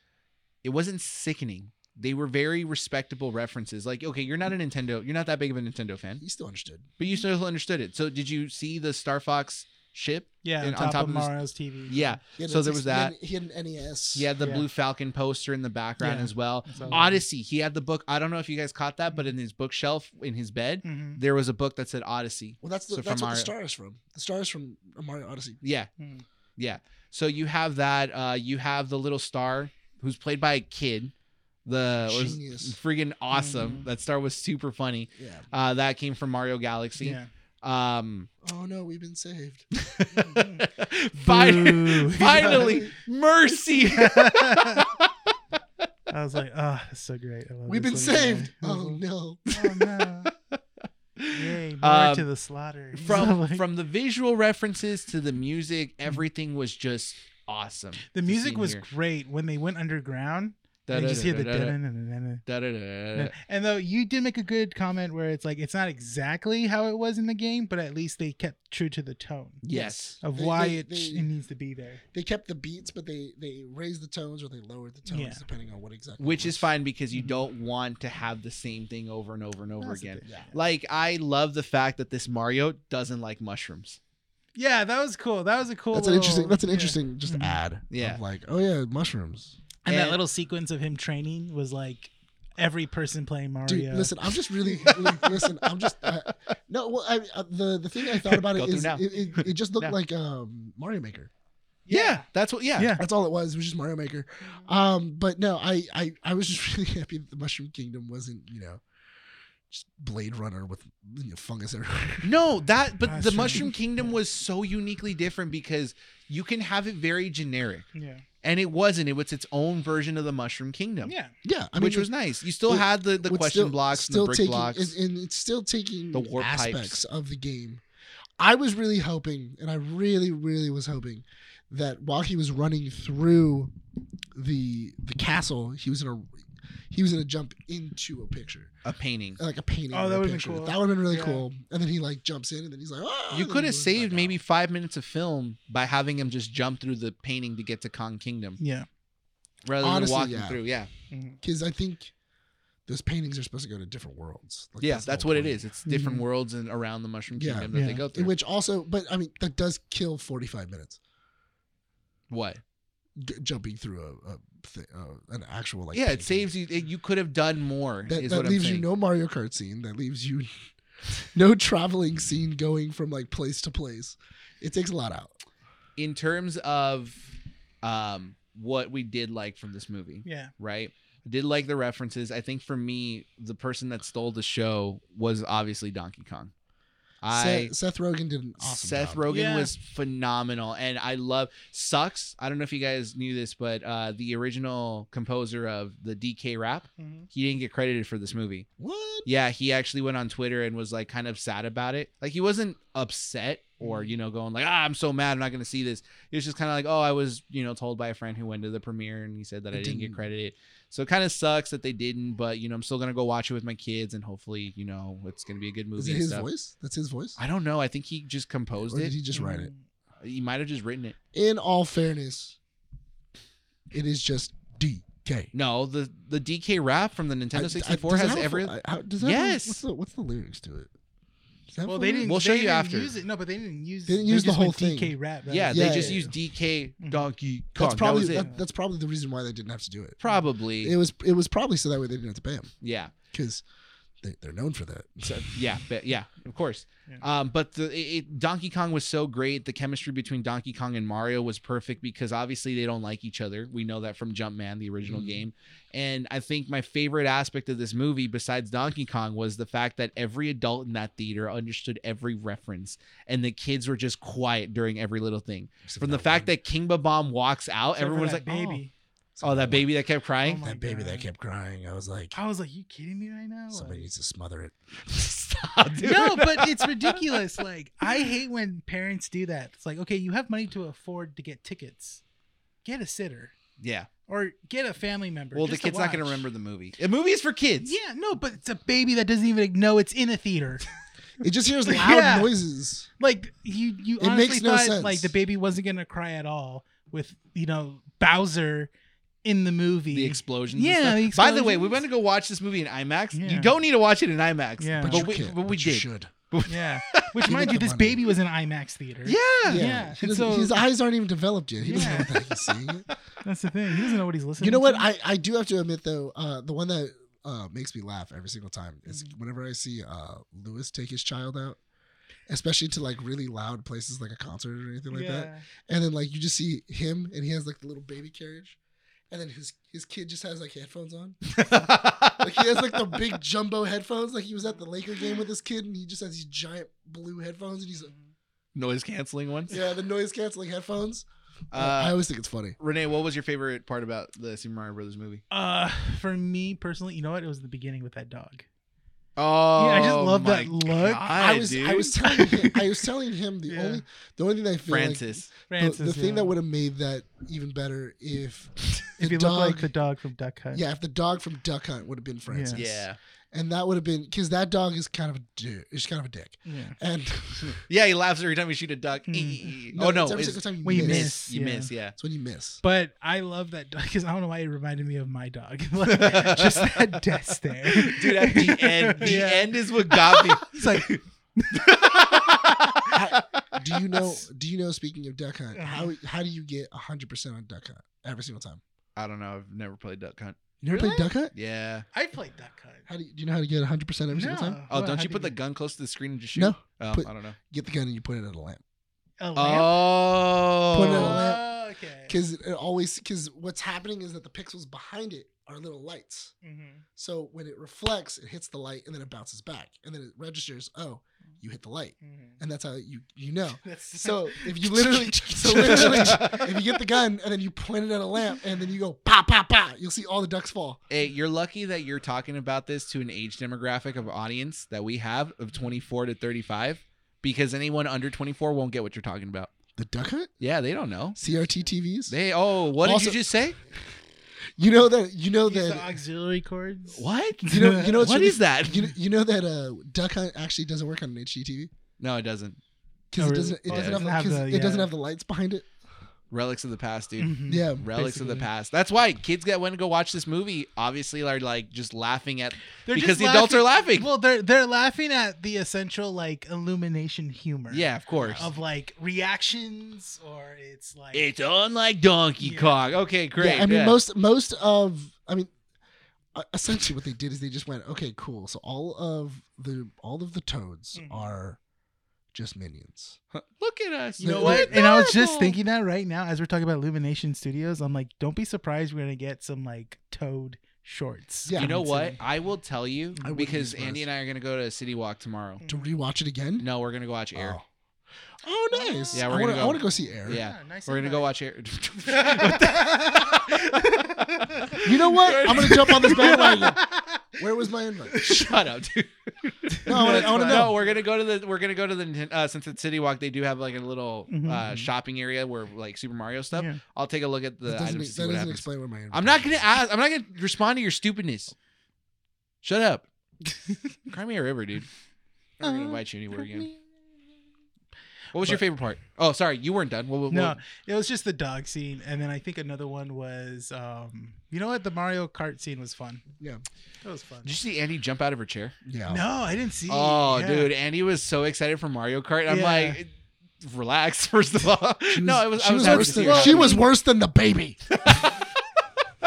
it wasn't sickening. They were very respectable references. Like, okay, you're not a Nintendo, you're not that big of a Nintendo fan,
He still understood.
but you still understood it. So did you see the Star Fox ship?
Yeah, on
And
top, of,
this-
Mario's TV.
Yeah.
He had
So
an
there was that.
He had, he had an E NES.
He had the
Yeah.
Blue Falcon poster in the background
Yeah.
as well.
So-
Odyssey. He had the book. I don't know if you guys caught that, but in his bookshelf in his bed,
Mhm.
there was a book that said Odyssey.
Well, that's
So
the,
from
that's what
Mario-
the star is from. The star is from Mario Odyssey.
Yeah.
Hmm.
Yeah. So you have that. Uh, you have the little star who's played by a kid. The was
Genius.
friggin' awesome.
Mhm.
That star was super funny.
Yeah.
Uh, that came from Mario Galaxy.
Yeah.
Um,
Oh no, we've been saved.
fin-
Boo.
finally, mercy.
I was like, oh, that's so great. I love
We've been
this little guy."
saved. Oh
Mm-hmm.
no.
Oh, no. Yay, more
Um,
to the slaughter.
from
Like,
from the visual references to the music, everything was just awesome.
the
to
music
see
was
and hear.
great when they went underground. And you just hear the dun- dun- dun- dun- dun. And though you did make a good comment where it's like it's not exactly how it was in the game, but at least they kept true to the tone
Yes.
of
They-
why
they-
it,
they-
it needs to be there.
They kept the beats, but they they raised the tones or they lowered the tones
Yeah.
depending on what exactly.
Which
it
is
was.
fine because you
Mhm.
don't want to have the same thing over and over and over
That's the
again.
thing.
Yeah.
Like I love the fact that this Mario doesn't like mushrooms.
Yeah, that was cool. That was a cool.
That's an interesting.
little-
That's an
yeah.
interesting just
Mhm.
ad.
Yeah.
of like, oh yeah, mushrooms.
And, that
And-
little sequence of him training was like every person playing Mario.
Oh,
Dude, listen, I'm just really li- listen. I'm just uh, no. Well, I, uh, the the thing I thought about
Go
it
through
is
now.
it, it, it just looked
Now.
like um Mario Maker.
Yeah, that's what. Yeah,
Yeah.
That's all it was. It was just Mario Maker. Um, but no, I I I was just really happy that the Mushroom Kingdom wasn't you know just Blade Runner with you know, fungus everywhere.
No, that but
That's
the
true.
Mushroom Kingdom
Yeah.
was so uniquely different because you can have it very generic,
Yeah.
and it wasn't. It was its own version of the Mushroom Kingdom,
Yeah.
Yeah, I mean,
which was nice. You still
it-
had the the
what's
question blocks, and the brick
taking,
blocks.
and- and it's still taking
The warp pipes.
aspects of the game. I was really hoping, and I really, really was hoping that while he was running through the the castle, he was in a he was gonna jump into a picture,
a painting.
like a painting.
Oh,
or
that
a
would've been
picture.
cool.
That would have been really
Yeah.
cool. And then he like jumps in, and then he's like, oh.
You
and
could
then he
have
goes
saved
back
maybe
out.
five minutes of film by having him just jump through the painting to get to Kong Kingdom
Yeah. Mm-hmm.
rather
Honestly,
than walking
yeah.
through. Yeah,
because I think those paintings are supposed to go to different worlds. Like,
yeah,
the
that's
whole
what it
point.
is. It's different
Mhm.
worlds and around the Mushroom
Yeah.
Kingdom that they
Yeah.
go through.
Which also, but I mean, that does kill forty five minutes.
what?
g- jumping through a, a thi- uh, an actual like
yeah, it
painting.
saves you. It, you could have done more. Is
that, that
what I'm
leaves you
saying.
no Mario Kart scene that leaves you no traveling scene going from like place to place it takes a lot out
in terms of um what we did like from this movie,
Yeah.
right? I did like the references. I think for me, the person that stole the show was obviously Donkey Kong. I
Seth, Seth Rogen did an awesome
Seth
job.
Rogen
Yeah.
was phenomenal, and I love sucks. I don't know if you guys knew this, but uh, the original composer of the DK rap,
Mhm.
he didn't get credited for this movie.
what
Yeah, he actually went on Twitter and was like kind of sad about it. Like he wasn't upset or
Mm.
you know going like ah I'm so mad I'm not gonna see this. It was just kind of like oh I was you know told by a friend who went to the premiere and he said that I
It
didn't, get
didn't-
credited. So it kind of sucks that they didn't, but you know I'm still gonna go watch it with my kids and hopefully you know it's gonna be a good movie.
is it
and
his
stuff.
voice that's his voice
I don't know. I think he just composed
or did
it. Mm-hmm.
he just write it
Mm-hmm.
He, might have just written it.
in all fairness it is just DK
No, the the DK rap from the
I- I-
Nintendo 64
does it
has
have a
every.
full- I- how- does it have a-
Yes.
what's the, what's the lyrics to it Does it have
Well,
full
they didn't.
We'll show
they
you
didn't
after.
Use it. No, but they didn't use.
They didn't
they
use the
just went
whole thing.
DK rap. that
yeah,
was
they
Yeah,
it.
just
yeah, Mm-hmm.
used DK
Mhm.
Donkey Kong.
that's
That
probably
was it.
that- that's probably the reason why they didn't have to do it
probably.
it was it was probably so that way they didn't have to pay him
yeah.
because they- they're known for that.
So yeah, but yeah, of course.
Yeah.
Um, but the it, it- Donkey Kong was so great. The chemistry between Donkey Kong and Mario was perfect because obviously they don't like each other. We know that from Jumpman, the original
Mm-hmm.
Mhm.
game. And I think my favorite aspect of this movie, besides Donkey Kong, was the fact that every adult in that theater understood every reference, and the kids were just quiet during every little thing.
Except
From
for
the
that
fact
one-
that King Babam walks out,
Except for
everyone's like,
that
"Baby,
baby.
oh, that baby that kept crying."
Oh my
that baby that
God.
kept crying. I was like,
I was like, you kidding me right now?
"Oh." somebody
Like-
needs to smother it.
Stop, dude.
no, but it's ridiculous. Like I hate when parents do that. It's like, okay, you have money to afford to get tickets. Get a sitter
yeah.
or get a family member.
Well, the
just to
kid's not gonna
watch.
remember the movie. The movie is for kids.
Yeah, no, but it's a baby that doesn't even know it's in a theater.
It just hears loud
Yeah.
noises.
Like you, you
It
honestly
makes no
thought
sense.
like the baby wasn't gonna cry at all with you know Bowser in the movie.
the explosions.
Yeah,
and
the
stuff. By the way, we
explosions.
went to go watch this movie in IMAX. You
Yeah.
don't need to watch it in IMAX.
Yeah.
but,
But, you
we,
can't,
but we
but you
did.
should.
yeah, which
Give
mind
it
you,
the
this
money.
baby was in IMAX theater.
Yeah.
Yeah,
He
and
doesn't-
so-
his eyes aren't even developed yet. He
Yeah.
doesn't know that he's seeing it.
that's the thing. He doesn't know what he's listening.
You know what?
to.
I, I do have to admit though, uh, the one that uh, makes me laugh every single time is
Mm-hmm.
whenever I see uh, Lewis take his child out, especially to like really loud places like a concert or anything like that. And then like you just see him and he has like the little baby carriage, and then his his kid just has like headphones on. Like he has like the big jumbo headphones. Like he was at the Laker game with his kid, and he just has these giant blue headphones, and he's like,
Noise canceling ones.
yeah, the noise canceling headphones. I
Uh,
always think it's funny.
Renee, what was your favorite part about the Super Mario Brothers movie?
Uh, for me personally, you know what? It was the beginning with that dog.
Oh,
I just love
my
that look.
God,
I was I was
dude.
telling him, I was telling him the
Yeah.
only the only thing I feel
Francis.
like the-
Francis,
the, thing
yeah.
that would have made that even better if
if
the
you
dog
look like the dog from Duck Hunt.
yeah if the dog from Duck Hunt would have been Francis
yeah,
and that would have been because that dog is kind of a dude is kind of a dick
Yeah.
and
yeah. He laughs every time you shoot a duck.
Mm.
oh no,
it's every
it's-
single time you
Well, you
miss,
miss.
you
Yeah.
miss. Yeah,
it's when you miss
But I love that dog because I don't know why it reminded me of my dog. Like, just that death stare,
dude. At the end, the
Yeah.
end is what got me.
He's like,
do you know do you know speaking of Duck Hunt
Uh-huh.
how how do you get hundred percent on Duck Hunt every single time
I don't know. I've never played Duck Hunt.
you never
Really?
played Duck Hunt
Yeah.
I played Duck Hunt.
how do you, do you know how to get hundred percent every single time
Oh,
Well,
don't
how
you
do
put the gun close to the screen and just shoot?
no
Oh,
Put-
I don't know.
get the gun and you point it at a lamp
a Oh, lamp?
Put it on a
Oh.
lamp.
Oh, okay.
because it always because what's happening is that the pixels behind it are little lights.
Mhm.
So when it reflects, it hits the light and then it bounces back and then it registers. Oh, you hit the light,
Mhm.
and that's how you you know.
That's
So if you literally, so literally, if you get the gun and then you point it at a lamp and then you go pa pa pa, you'll see all the ducks fall.
Hey, you're lucky that you're talking about this to an age demographic of audience that we have of 24 to 35 because anyone under 24 won't get what you're talking about.
The duck hunt,
Yeah, they don't know.
CRT TVs.
They oh, what
Also-
did you just say?
you know that you know
Use the
that
auxiliary cords.
What?
You know- you know what's
What
really-
is that?
you, you know that uh, duck hunt actually doesn't work on an HDTV
no, it doesn't.
Oh,
because it
really?
doesn't it
Oh, it
doesn't
doesn't
have,
have
the, 'cause
the-
it doesn't
yeah.
have the lights behind it.
Relics of the past, dude.
Mhm.
Yeah,
Relics of the
Basically.
past. That's why kids that went to go watch this movie obviously are like just laughing at
They're
because
just
the adults are laughing.
Well, they're they're laughing at the essential like illumination humor.
yeah, of course.
Of like reactions or it's like
It's on like Donkey
Yeah.
Kong. Okay, great.
Yeah, I mean,
yeah.
most most of I mean, uh, essentially what they did is they just went, okay, cool. So all of the all of the toads
Mhm.
are just minions.
look at us.
You know
They're-
what?
We're
And I was just
adorable.
thinking that right now as we're talking about Illumination Studios, I'm like, don't be surprised we're gonna get some like Toad shorts.
Yeah.
you know
coming
what?
soon.
I will tell you
I wouldn't be
because
surprised.
Andy and I are gonna go to City Walk tomorrow.
Hmm.
To rewatch it again?
No, we're gonna go watch Air.
Oh. Oh, nice.
Yeah,
I
we're
wanna-
gonna
I
go-
want to go see Air.
Yeah.
nice
We're gonna go
invite.
watch Air. What the-
You know what? I'm gonna jump on this bandwagon. Where was my invite?
Shut up, dude.
No, I wanna- I wanna know.
No, we're gonna go to the we're gonna go to the uh, since it's City Walk. They do have like a little
Mm-hmm,
Mhm.
uh, shopping area where like Super Mario stuff.
Yeah.
I'll take a look at the
that doesn't,
items
make-
to see
that
what
doesn't
happens.
explain where my invite
I'm not gonna
is.
ask. I'm not gonna respond to your stupidness. Shut up. Cry me a river, dude. I'm not gonna invite you anywhere again. What was your
But-
favorite part? Oh, sorry, you weren't done. What, what-
No,
what-
it was just the dog scene, and then I think another one was, um, you know what? The Mario Kart scene was fun.
Yeah.
that was fun.
Did you see Andy jump out of her chair?
Yeah.
No, I didn't see.
Oh,
yeah.
dude, Andy was so excited for Mario Kart. I'm
Yeah.
like, relax. First of all, no, it was.
She
I was, happy
worse
to see
than,
her.
she was worse than the baby.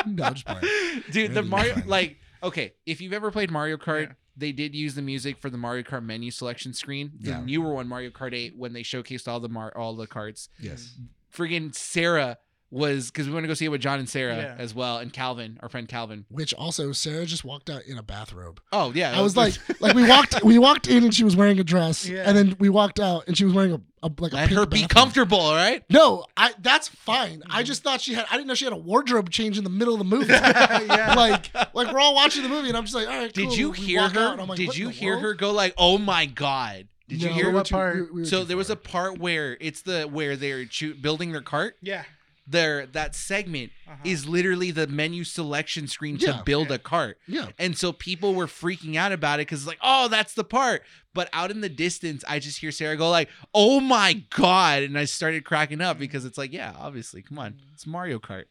no, I'm just playing.
dude. The
Andy's
Mario,
fine.
like, okay, if you've ever played Mario Kart, they did use the music for the Mario Kart menu selection screen, the
Yeah.
newer one, Mario Kart 8, when they showcased all the Mar- all the carts.
Yes.
Friggin' Sarah was because we want to go see it with John and Sarah
Yeah.
as well, and Calvin, our friend Calvin.
Which also Sarah just walked out in a bathrobe.
Oh yeah,
I was like, like we walked, we walked in and she was wearing a dress,
Yeah.
and then we walked out and she was wearing a, a like a
let
pink
her be Mm-hmm.
bathrobe.
comfortable, all right?
No, I that's fine. I just thought she had. I didn't know she had a wardrobe change in the middle of the movie.
yeah.
like, like we're all watching the movie, and I'm just like, all right.
Did
cool.
you
We
hear
walk out,
her?
and I'm like,
did
what in
you
the
hear
world?
her go like, "Oh my god"? Did you
No,
hear what?
we were
what
too-
part?
we were- we were
so
too
there was a
far.
part where it's the where they're choo- building their cart.
yeah.
There, that segment
Uh-huh.
is literally the menu selection screen to
Yeah.
build
Yeah.
a cart.
yeah.
And so people were freaking out about it because like, oh, that's the part. But out in the distance, I just hear Sarah go like, "Oh my god!" And I started cracking up because it's like, yeah, obviously, come on,
Mm-hmm.
it's Mario Kart.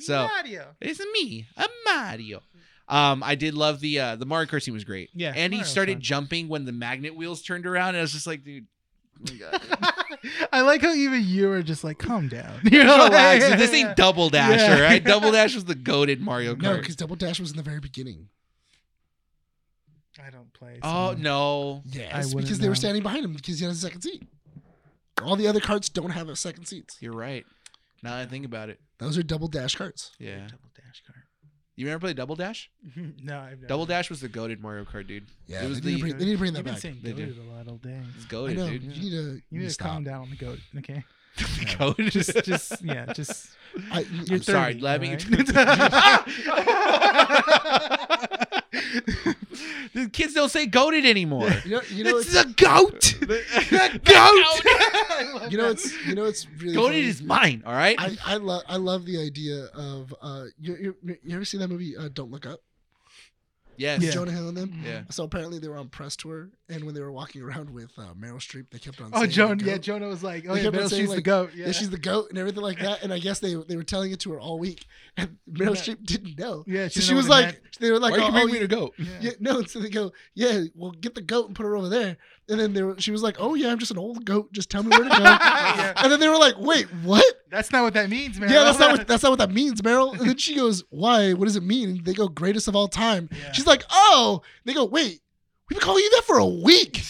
So
Mario.
it's me, a Mario. Um, I did love the uh, the Mario Kart scene was great.
Yeah,
and he
Mario's
started
fun.
jumping when the magnet wheels turned around, and I was just like, dude. oh my God.
I like how even you were just like, calm down.
You're relaxed.
Yeah,
this
yeah.
ain't Double Dash,
Yeah.
all right? Double Dash was the goaded Mario
No,
Kart.
because Double Dash was in the very beginning.
I don't play.
oh
so-
no!
I
Yes,
wouldn't
because they were
know.
standing behind him because he had a second seat. All the other carts don't have a second seats.
You're right. Now that I think about it,
Those are Double Dash carts.
yeah.
Double dash card.
You ever play Double Dash?
no, I've never.
Double Dash was the goaded Mario Kart, dude.
Yeah,
It was
they,
the-
need to bring, they need to bring that
I've been
back.
saying
They do. Mm.
goated a lot all day.
It's
I
goaded,
know.
dude.
You need to.
You need to
stop.
calm down on the goat, okay?
goaded.
Just, just, yeah, just.
I,
You're
I'm sorry,
30,
let me- the kids don't say goaded anymore.
you know, you know,
it's
it's,
a goat. the goat.
you know, it's you know, it's really.
goaded
funny.
is mine. All right.
I, I love I love the idea of uh you you, you ever seen that movie uh, Don't Look Up
yes.
Yeah.
Jonah Hill and them
Yeah.
so apparently they were on press tour and when they were walking around with uh, Meryl Streep they kept on
Oh,
saying the
Joan.
goat.
Yeah, Jonah was like, oh,
They
yeah,
kept on
Meryl
saying,
Streep's the
like,
goat.
yeah.
Yeah.
she's the goat and everything like that and I guess they they were telling it to her all week and Meryl
Yeah.
Streep didn't know
yeah,
so
didn't
she
know
was
what it
like they were like
Why
oh,
you bring
oh,
me to goat?
meant.
yeah, no, and so they go, yeah, well, get the goat and put her over there. And then they were, she was like, oh yeah, I'm just an old goat. Just tell me where to go.
Yeah.
And then they were like, wait, what?
That's not what that means, man.
Yeah, that's not what that's not what that means, Meryl. And then she goes, "Why? What does it mean?" And they go, "Greatest of all time."
Yeah.
She's like, "Oh." They go, "Wait, we've been calling you that for a week.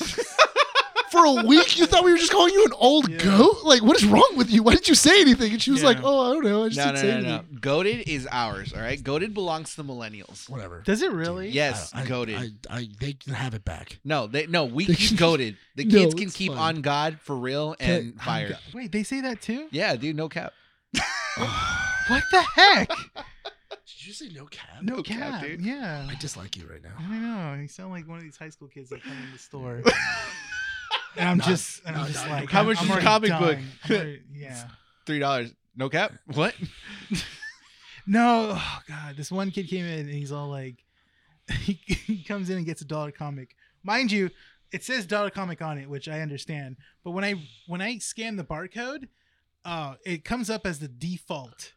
for a week, you thought we were just calling you an old
Yeah.
goat? Like, what is wrong with you? Why didn't you say anything?" And she was
Yeah.
like, "Oh, I don't know. I just
No,
didn't
no,
say
no, no.
anything."
Goaded is ours. All right. Goaded belongs to the millennials.
Whatever.
Does it really?
Yes,
I- I-
goaded.
I, I, they can have it back.
no, they no. We
They
keep
can-
goaded. The
No,
kids can
it's
keep
fine.
on God for real
Can-
and fire.
Wait, they say that too?
Yeah, dude. No cap.
What the heck?
Did you say no cap?
No Oh
cap,
cap,
dude.
Yeah.
I dislike you right now.
I know. You sound like one of these high school kids that come in the store. and I'm
No,
just, and I'm
no,
just
no,
like,
how
I'm-
much
I'm
is a
already
comic book?
done. I'm already- yeah.
Three dollars. No cap. What?
No, oh God, this one kid came in and he's all like, he, he comes in and gets a dollar comic. Mind you, it says dollar comic on it, which I understand. But when I when I scan the barcode, uh, it comes up as the default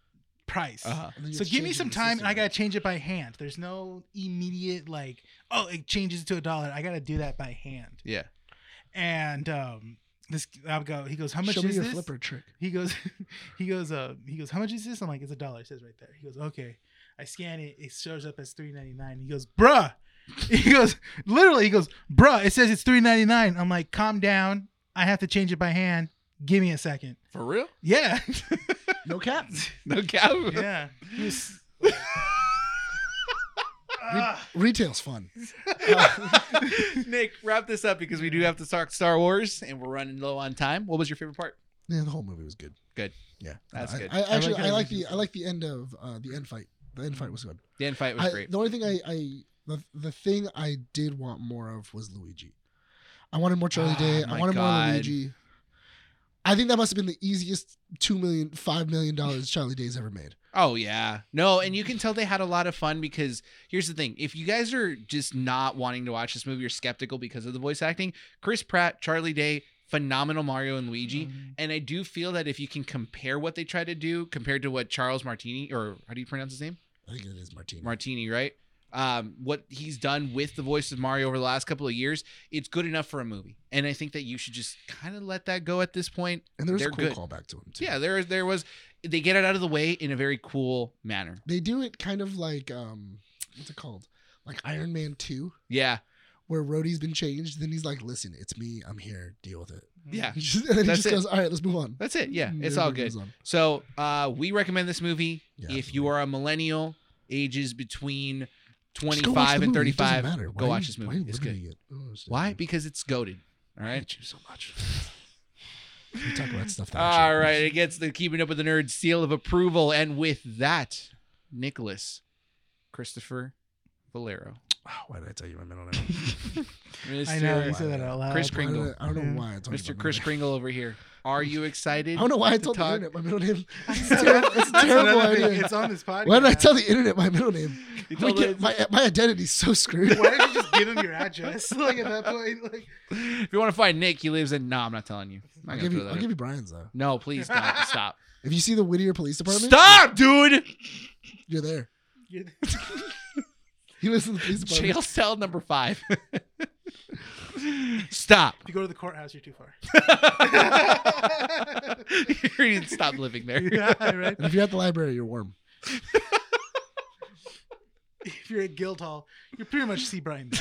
price.
Uh-huh.
And then you
So
have to
give me
change it
some
in the
time, and
system.
I gotta change it by hand. There's no immediate like, oh, it changes to a dollar. I gotta do that by hand.
Yeah.
And um, this I'll go. He goes, how much
Show
is
me your
this?
flipper trick.
He goes, he goes, uh, he goes, how much is this? I'm like, it's a dollar. It says right there. He goes, okay. I scan it. It shows up as three ninety nine. He goes, bruh. He goes, literally. He goes, bruh. It says it's three ninety nine. I'm like, calm down. I have to change it by hand. Give me a second.
For real?
Yeah,
No cap.
No cap.
yeah. He was- Ah.
Retail's fun.
Nick, wrap this up because we do have to talk Star Wars and we're running low on time. What was your favorite part?
Yeah, the whole movie was good.
Good.
Yeah,
That's
I,
good.
I,
I
actually
like
I
how
like
you
the I like the end of uh, the end fight. The end fight was good.
The end fight was
I-
great.
The only thing I, I the, the thing I did want more of was Luigi. I wanted more Charlie
Ah,
Day.
my
I wanted
God.
more Luigi. I think that must have been the easiest two million, five million dollars Charlie Day's ever made.
Oh yeah. No, and you can tell they had a lot of fun because here's the thing. If you guys are just not wanting to watch this movie, you're skeptical because of the voice acting, Chris Pratt, Charlie Day, phenomenal Mario and Luigi.
Mm-hmm.
And I do feel that if you can compare what they try to do compared to what Charles Martini or how do you pronounce his name?
I think it is Martini.
Martini, right? Um, what he's done with the voice of Mario over the last couple of years, it's good enough for a movie. And I think that you should just kind of let that go at this point.
and there was a
they're
cool
good.
callback to him too.
Yeah, there there was they get it out of the way in a very cool manner.
They do it kind of like um what's it called? Like Iron Man 2,
Yeah.
where Rhodey's been changed. Then he's like, "Listen, it's me. I'm here. Deal with it."
Yeah.
He just- and then he
That's
just
it.
goes, "All right, let's move on."
That's it. Yeah.
And
It's
everyone
all good.
moves on.
So uh, we recommend this movie
Yeah,
if you
absolutely.
are a millennial, ages between
Just go watch
25
the
and
movie. It
35.
doesn't matter. Why
Go
are
watch
you-
this
Why are
movie.
you
It's good.
limiting it? I don't understand.
Why? Because it's goaded. All
I
right.
hate you so much. we talk about stuff. That
All right. It gets the Keeping Up with the Nerds seal of approval. And with that, Nicholas Christopher Valero.
Oh, why did I tell you my middle name?
I know
Mr.
you said that out loud.
Chris
Why did
Kringle.
I, I don't
Yeah.
know why I told you.
Mr.
my
Chris
middle
Kringle over here. Are you excited?
name. I don't know why I
to
told the
talk-
internet my middle name. It's
That's
terrible. It's a terrible
another thing.
idea.
It's on this podcast.
Why did I tell the internet my middle name?
You
We
told
get-
us-
my my identity's so screwed.
Why did you just give him your address? Like at that point, like
if you want to find Nick, he lives in. No, I'm not telling you. I'm not
I'll
gonna
give you
throw that
I'll
out.
give you Brian's though.
No, please don't. Stop.
If you see the Whittier Police Department,
Stop, dude.
you're there.
you're-
He lives in the police department.
Jail cell number five. Stop.
if you go to the courthouse, you're too far.
you stop living there.
yeah, right.
And if you're at the library, you're warm.
If you're at Guildhall, you pretty much see Brian.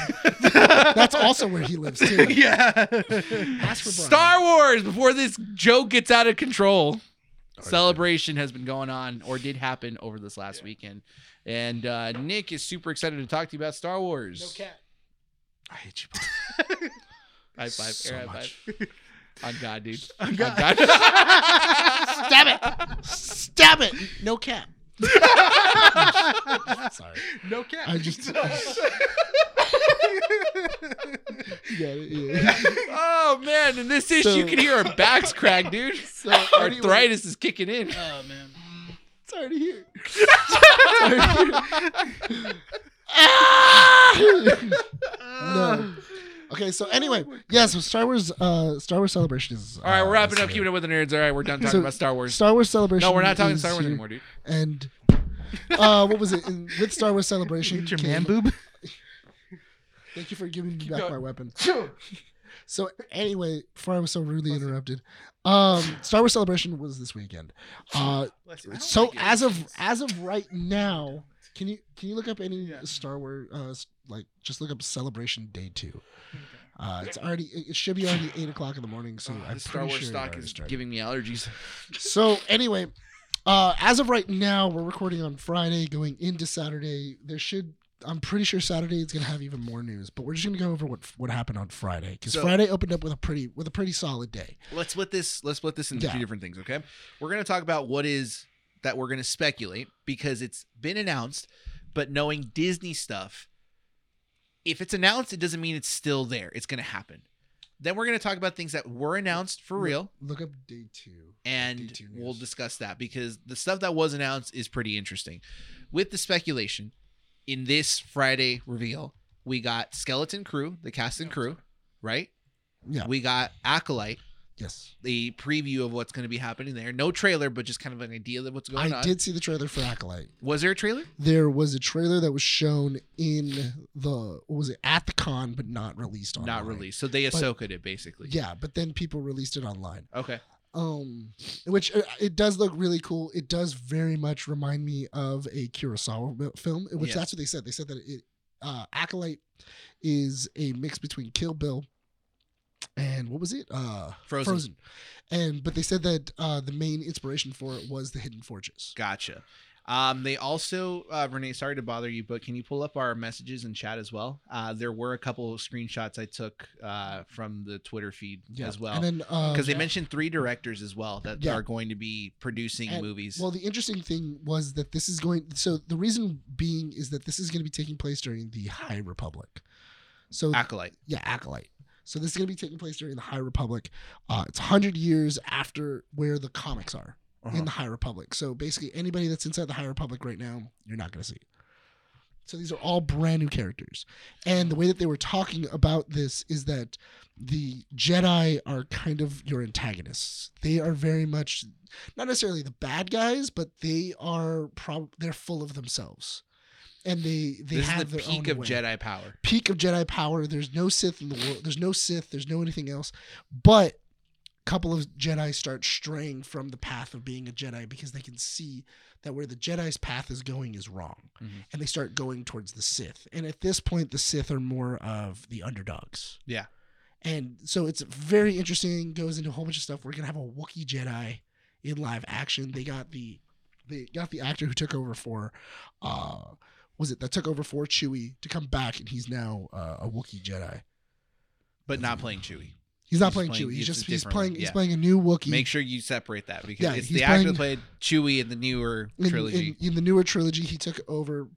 That's also where he lives too.
yeah.
Ask for Brian.
Star Wars before this joke gets out of control. Celebration has been going on or did happen over this last weekend. And uh, Nick is super excited to talk to you about Star Wars.
No cat.
I hate you both
High five.
so
air high
much.
five. On God, dude.
On
On
God.
God.
Stab it! Stab it! No cap. Sorry.
No cat.
I just- You got it. Yeah.
Oh, man. And this issue,
So-
you can hear our backs crack, dude.
So anyway,
Arthritis is kicking in.
oh man.
it's already here. Ah! no. Okay, so anyway, yeah, so Star Wars uh Star Wars Celebration is
Oh All right,
uh,
we're wrapping
is
up
here.
Keeping Up with the Nerds. All right, we're done talking
So-
about Star Wars.
Star Wars Celebration.
No, we're not talking
is
Star Wars
here,
anymore, dude.
And uh what was it? And with Star Wars Celebration
Get your
came-
man boob.
Thank you for giving me back
going.
my weapon. so anyway, before I was so rudely interrupted, um, Star Wars Celebration was this weekend. Uh,
Bless you. I don't
so
like it.
as of as of right now, can you can you look up any
Yeah.
Star Wars uh, s- like just look up Celebration Day Two. Uh, it's already it it should be already eight o'clock in the morning. So
Oh,
I'm
this Star
pretty
Wars
sure it
stock
already
is
started.
giving me allergies.
So anyway, uh, as of right now, we're recording on Friday, going into Saturday. There should, I'm pretty sure Saturday is gonna have even more news, but we're just gonna go over what what happened on Friday because
So-
Friday opened up with a pretty with a pretty solid day.
Let's split this. Let's split this into
Yeah.
two different things. Okay, we're gonna talk about what is that we're gonna speculate because it's been announced, but knowing Disney stuff, if it's announced, it doesn't mean it's still there. It's gonna happen. Then we're gonna talk about things that were announced for real,
Look up day two,
and we'll discuss that because the stuff that was announced is pretty interesting. With the speculation in this Friday reveal, we got Skeleton Crew, the cast and crew, right?
Yeah.
We got Acolyte,
yes.
the preview of what's going to be happening there. No trailer, but just kind of an idea of what's going
I
on.
did see the trailer for Acolyte.
Was there a trailer?
There was a trailer that was shown in the what was it at the con, but not released on.
Not released. So they
Oh But-
Ahsoka it basically.
Yeah, but then people released it online.
Okay.
um which uh, it does look really cool it does very much remind me of a kurosawa mi- film uh, which
Yes.
that's what they said they said that it uh acolyte is a mix between kill bill and what was it uh
Frozen.
and but they said that uh the main inspiration for it was the hidden fortress
Gotcha. Um, they also, uh, Renee, sorry to bother you, but can you pull up our messages and chat as well? Uh, there were a couple of screenshots I took uh, from the Twitter feed as well.
and then uh
because they mentioned three directors as well that
Yeah.
are going to be producing
And-
movies.
well the interesting thing was that this is going so the reason being is that this is going to be taking place during the high republic so
Acolyte.
yeah, Acolyte. So this is going to be taking place during the High Republic. Uh, it's 100 years after where the comics are
Uh-huh.
in the High Republic. So basically, anybody that's inside the High Republic right now, you're not going to see. So these are all brand new characters. And the way that they were talking about this is that the Jedi are kind of your antagonists. They are very much not necessarily the bad guys, but they are prob- they're full of themselves. And they they
This
have
is the
their own
peak of
way
Jedi power.
peak of Jedi power. There's no Sith in the world. There's no Sith. There's no anything else. But couple of Jedi start straying from the path of being a Jedi because they can see that where the Jedi's path is going is wrong,
Mhm.
and they start going towards the Sith. And at this point, the Sith are more of the underdogs.
Yeah.
and so it's very interesting. Goes into a whole bunch of stuff. We're gonna have a Wookiee Jedi in live action. They got the they got the actor who took over for uh was it that took over for Chewie to come back and he's now uh, a Wookiee Jedi.
but not playing Chewie.
He's not
He's
playing,
playing-
Chewie. He's
he's
just
a
he's
different
playing
one,
he's
yeah.
playing a new Wookiee
Make sure you separate that because
Yeah,
it's
he's
the actor that
playing-
played Chewie in the newer
in,
trilogy.
in, in the newer trilogy. He took over.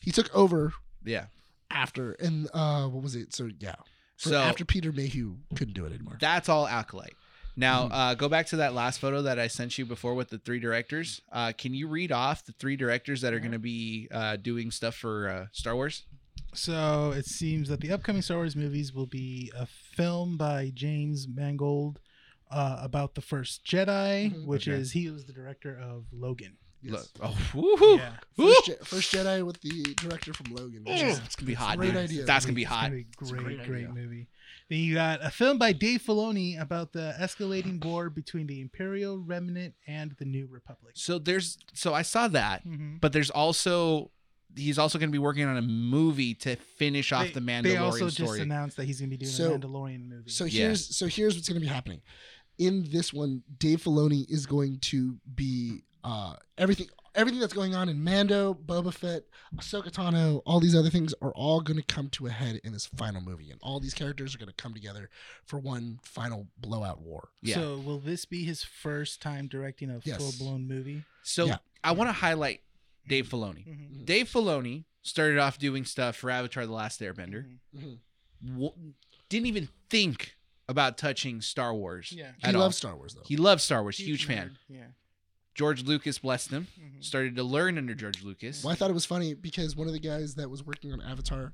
He took over
yeah.
after and uh what was it? So yeah, For-
So
after Peter Mayhew couldn't do it anymore.
That's all acolyte. Now, uh, go back to that last photo that I sent you before with the three directors. Uh, can you read off the three directors that are going to be uh, doing stuff for uh, Star Wars?
So it seems that the upcoming Star Wars movies will be a film by James Mangold uh, about the first Jedi,
Mhm.
which
Okay.
is he was the director of Logan.
Yes.
Look, oh, woohoo!
Yeah.
Woo!
First, Je- first Jedi with the director from Logan. which is-
Ugh, it's gonna be hot.
Great
dude.
idea.
That's gonna be
It's
hot.
gonna be
It's a
great,
great
great,
idea.
movie. Then you got a film by Dave Filoni about the escalating war between the Imperial Remnant and the New Republic.
So there's so I saw that,
Mm-hmm.
Mhm.
but there's also he's also going to be working on a movie to finish off
They-
the Mandalorian
They also
story.
just announced that he's going to be doing
So-
a Mandalorian movie.
So
Yeah.
here's so here's what's going to be happening. In this one, Dave Filoni is going to be uh, everything everything that's going on in Mando, Boba Fett, Ahsoka Tano, all these other things are all going to come to a head in this final movie, and all these characters are going to come together for one final blowout war.
yeah.
So will this be his first time directing a
Yes.
full blown movie?
So
Yeah.
I want to highlight Dave Filoni.
Mm-hmm.
Dave Filoni started off doing stuff for Avatar: The Last Airbender.
Mm-hmm.
w- didn't even think about touching Star Wars.
Yeah.
He
At
loves
all.
Star Wars though.
He loves Star Wars, huge, fan.
Yeah.
George Lucas blessed him,
Mm-hmm.
Mhm.
started to learn under George Lucas.
Well, I thought it was funny because one of the guys that was working on Avatar,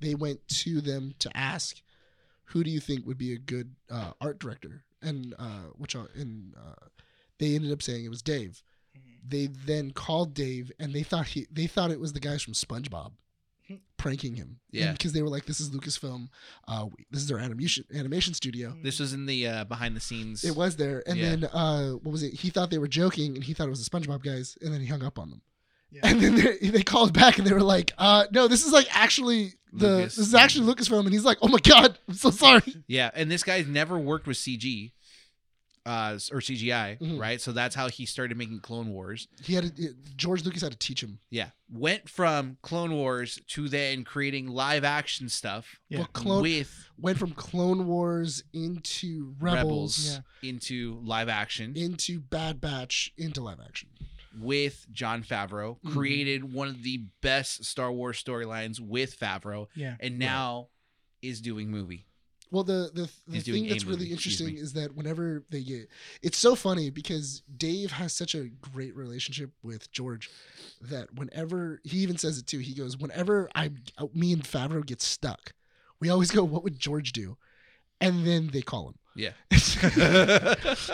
they went to them to ask, "Who do you think would be a good uh, art director?" And uh, which are in, uh, they ended up saying it was Dave. They then called Dave, and they thought he they thought it was the guys from SpongeBob pranking him. And
Yeah.
because they were like, "This is Lucasfilm. Uh, we- this is their animation animation studio."
Mm-hmm.
This was in the uh, behind the scenes.
It was there, and
Yeah.
then uh, what was it? He thought they were joking, and he thought it was the SpongeBob guys, and then he hung up on them.
Yeah.
And then they, they called back, and they were like, uh, "No, this is like actually the
Lucas.
this is actually Lucasfilm," and he's like, "Oh my god, I'm so sorry."
Yeah, and this guy's never worked with CG. Uh, s- or CGI,
Mhm.
right? So that's how he started making Clone Wars.
He had to, George Lucas had to teach him.
Yeah, went from Clone Wars to then creating live action stuff
Yeah.
Well, clone
with
went from Clone Wars into Rebels,
Rebels into live action.
into Bad Batch, into live action.
with John Favreau,
Mm-hmm.
Mhm.
created one of the best Star Wars storylines with Favreau,
Yeah.
and now is doing movie.
Well, the the, the
He's doing
thing that's
a
really
movie, excuse
interesting
me.
is that whenever they get, it's so funny because Dave has such a great relationship with George that whenever he even says it too, he goes, "Whenever I, me and Favreau get stuck, we always go, what would George do?" And then they call him.
Yeah.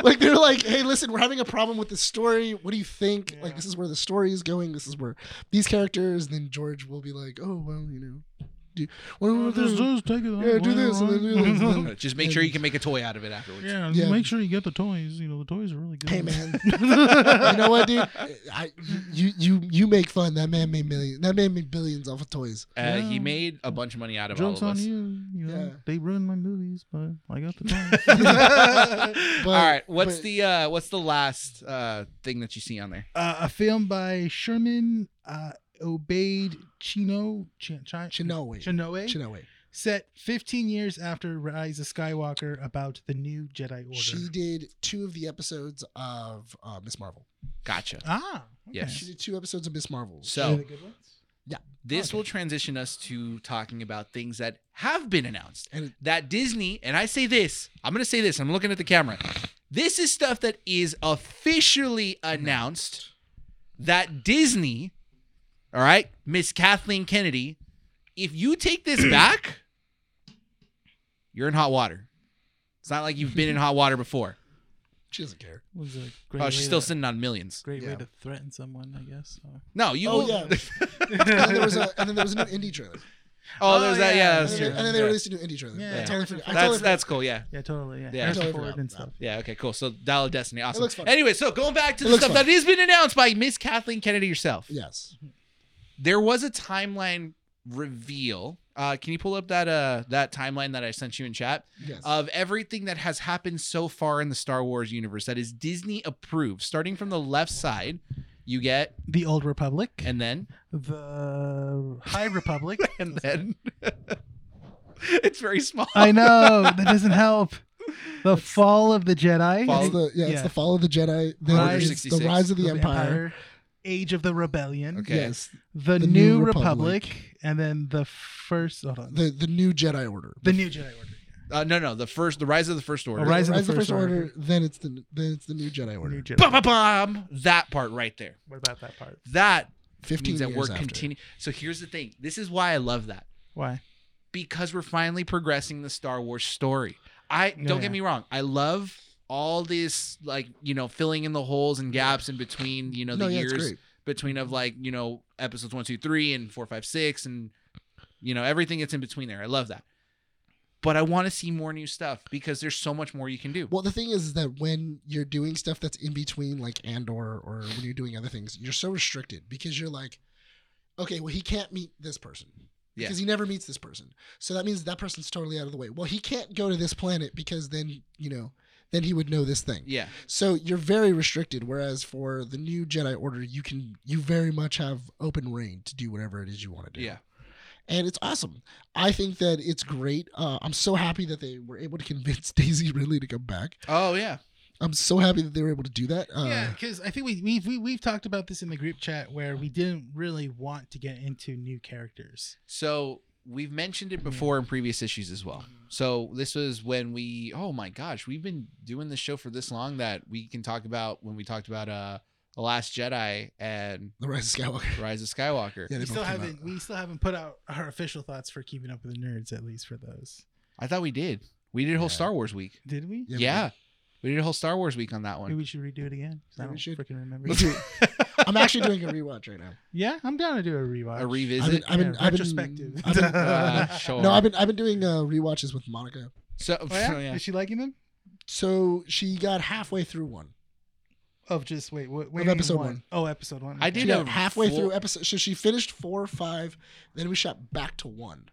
like they're like, "Hey, listen, we're having a problem with this story. What do you think?
Yeah.
Like this is where the story is going. This is where these characters." then George will be like, "Oh, well, you know, do what,
Oh, this is take it
yeah, do this and then do this." and then-
Just make sure you can make a toy out of it afterwards.
Yeah,
Yeah.
make sure you get the toys. You know, the toys are really good.
Hey man, you know what, dude? I you you you make fun. That man made millions. That man made billions off of toys.
Uh, He
Yeah.
made a bunch of money out of
Jokes
all
on
of us.
you. You know,
Yeah.
they ruined my movies, but I got the toys.
all right, what's
but-
the uh, what's the last uh, thing that you see on there?
Uh, a film by Sherman uh, Obeyed Chino Ch- Ch-
Chinoe.
Chinoe
Chinoe.
set 15 years after Rise of Skywalker about the new Jedi Order.
She did two of the episodes of uh, Miss Marvel.
Gotcha.
ah, okay.
Yes.
She did two episodes of Miss Marvel.
Are they
So
the good ones?
this
Okay.
will transition us to talking about things that have been announced.
And
that Disney, and I say this, I'm going to say this, I'm looking at the camera. This is stuff that is officially announced that Disney, all right, Miss Kathleen Kennedy, if you take this back, you're in hot water. It's not like you've been in hot water before.
she doesn't care.
Was a great
Oh, she's
way
still
to-
sitting on millions.
Great
Yeah.
way to threaten someone, I guess. so.
No, you.
Oh, yeah. and then there was a and then there was a new indie trailer.
Oh,
Oh,
there's that. Yeah,
yeah.
that's
and,
true.
then, and then they
Yeah.
released a new indie trailer.
Yeah.
I totally forgot. I
that's
totally
that's cool. Yeah.
Yeah, totally. Yeah,
Yeah.
Harrison
Totally
Ford
forgot
and
about
stuff.
Yeah. Okay. Cool. So Dial of Destiny. Awesome.
looks fun.
Anyway, so going back to
It
the
looks
stuff
fun.
that has been announced by Miss Kathleen Kennedy herself.
forgot. yes.
There was a timeline reveal. Uh, can you pull up that uh that timeline that I sent you in chat?
Yes.
of everything that has happened so far in the Star Wars universe that is Disney approved. Starting from the left side, you get
The Old Republic,
and then
the High Republic.
and then it's very small.
I know that doesn't help. The Fall of the Jedi,
Fall-
it's the, yeah,
yeah.
it's the fall of the Jedi. Then
Order
it's the
66.
rise of the,
the
Empire.
Age of the Rebellion,
Okay.
Yes.
the,
The
New
New
Republic,
Republic.
and then the first. Hold on, the,
The the new Jedi Order.
New Jedi Order.
Uh, no, no, the first, the Rise of the First Order.
All right. Oh, Rise of the First Order.
Then it's the then it's the new Jedi Order.
New Jedi.
Bum, bum, bum. That part right there.
What about that part?
That
Fifteen
means that
years
we're
after.
continuing. So here's the thing. This is why I love that.
Why?
because we're finally progressing the Star Wars story. I
Yeah,
don't
yeah.
get me wrong. I love all this like you know filling in the holes and gaps in between you know the
no, yeah, it's
years
great.
between of like you know episodes one two three and four five six and you know everything that's in between there. I love that, but I want to see more new stuff because there's so much more you can do.
Well, the thing is that when you're doing stuff that's in between, like Andor, or when you're doing other things, you're so restricted because you're like, okay, well, he can't meet this person
Yeah.
because he never meets this person. So that means that person's totally out of the way. Well, he can't go to this planet because then, you know, then he would know this thing.
yeah,
So you're very restricted. Whereas for the new Jedi Order, you can, you very much have open reign to do whatever it is you want to do
yeah,
and it's awesome. I think that it's great. Uh, I'm so happy that they were able to convince Daisy Ridley to come back.
oh yeah,
I'm so happy that they were able to do that. Uh,
yeah, because I think we, we we we've talked about this in the group chat where we didn't really want to get into new characters.
So we've mentioned
Mm-hmm.
it before in previous issues as well. So this was when we oh my gosh, we've been doing this show for this long that we can talk about when we talked about uh The Last Jedi and
The Rise of Skywalker.
Rise of Skywalker.
Yeah, they
we
both
still
came out.
haven't we still haven't put out our official thoughts for keeping up with the nerds at least for those.
I thought we did. We did a whole
Yeah.
Star Wars week.
Did we?
Yeah.
Yeah,
We did a whole Star Wars week on that
Maybe
one.
we should redo it again. 'cause I
Maybe we
don't
should.
freaking remember.
Let's do it. I'm actually doing a rewatch right now.
yeah, I'm down to do a rewatch.
A
I've
revisit.
been, I've been,
Yeah,
I've been-
retrospective.
I've been-
Uh,
Oh,
sure.
no, I've been, I've been doing uh, rewatches with Monica.
so
Oh, yeah?
so, yeah.
Is she liking them?
So she got halfway through one.
Of just wait, what? Wait,
episode one.
Oh, episode one.
I did
okay.
She
a
got halfway
full-
through episode. So she finished four, five. Then we shot back to one,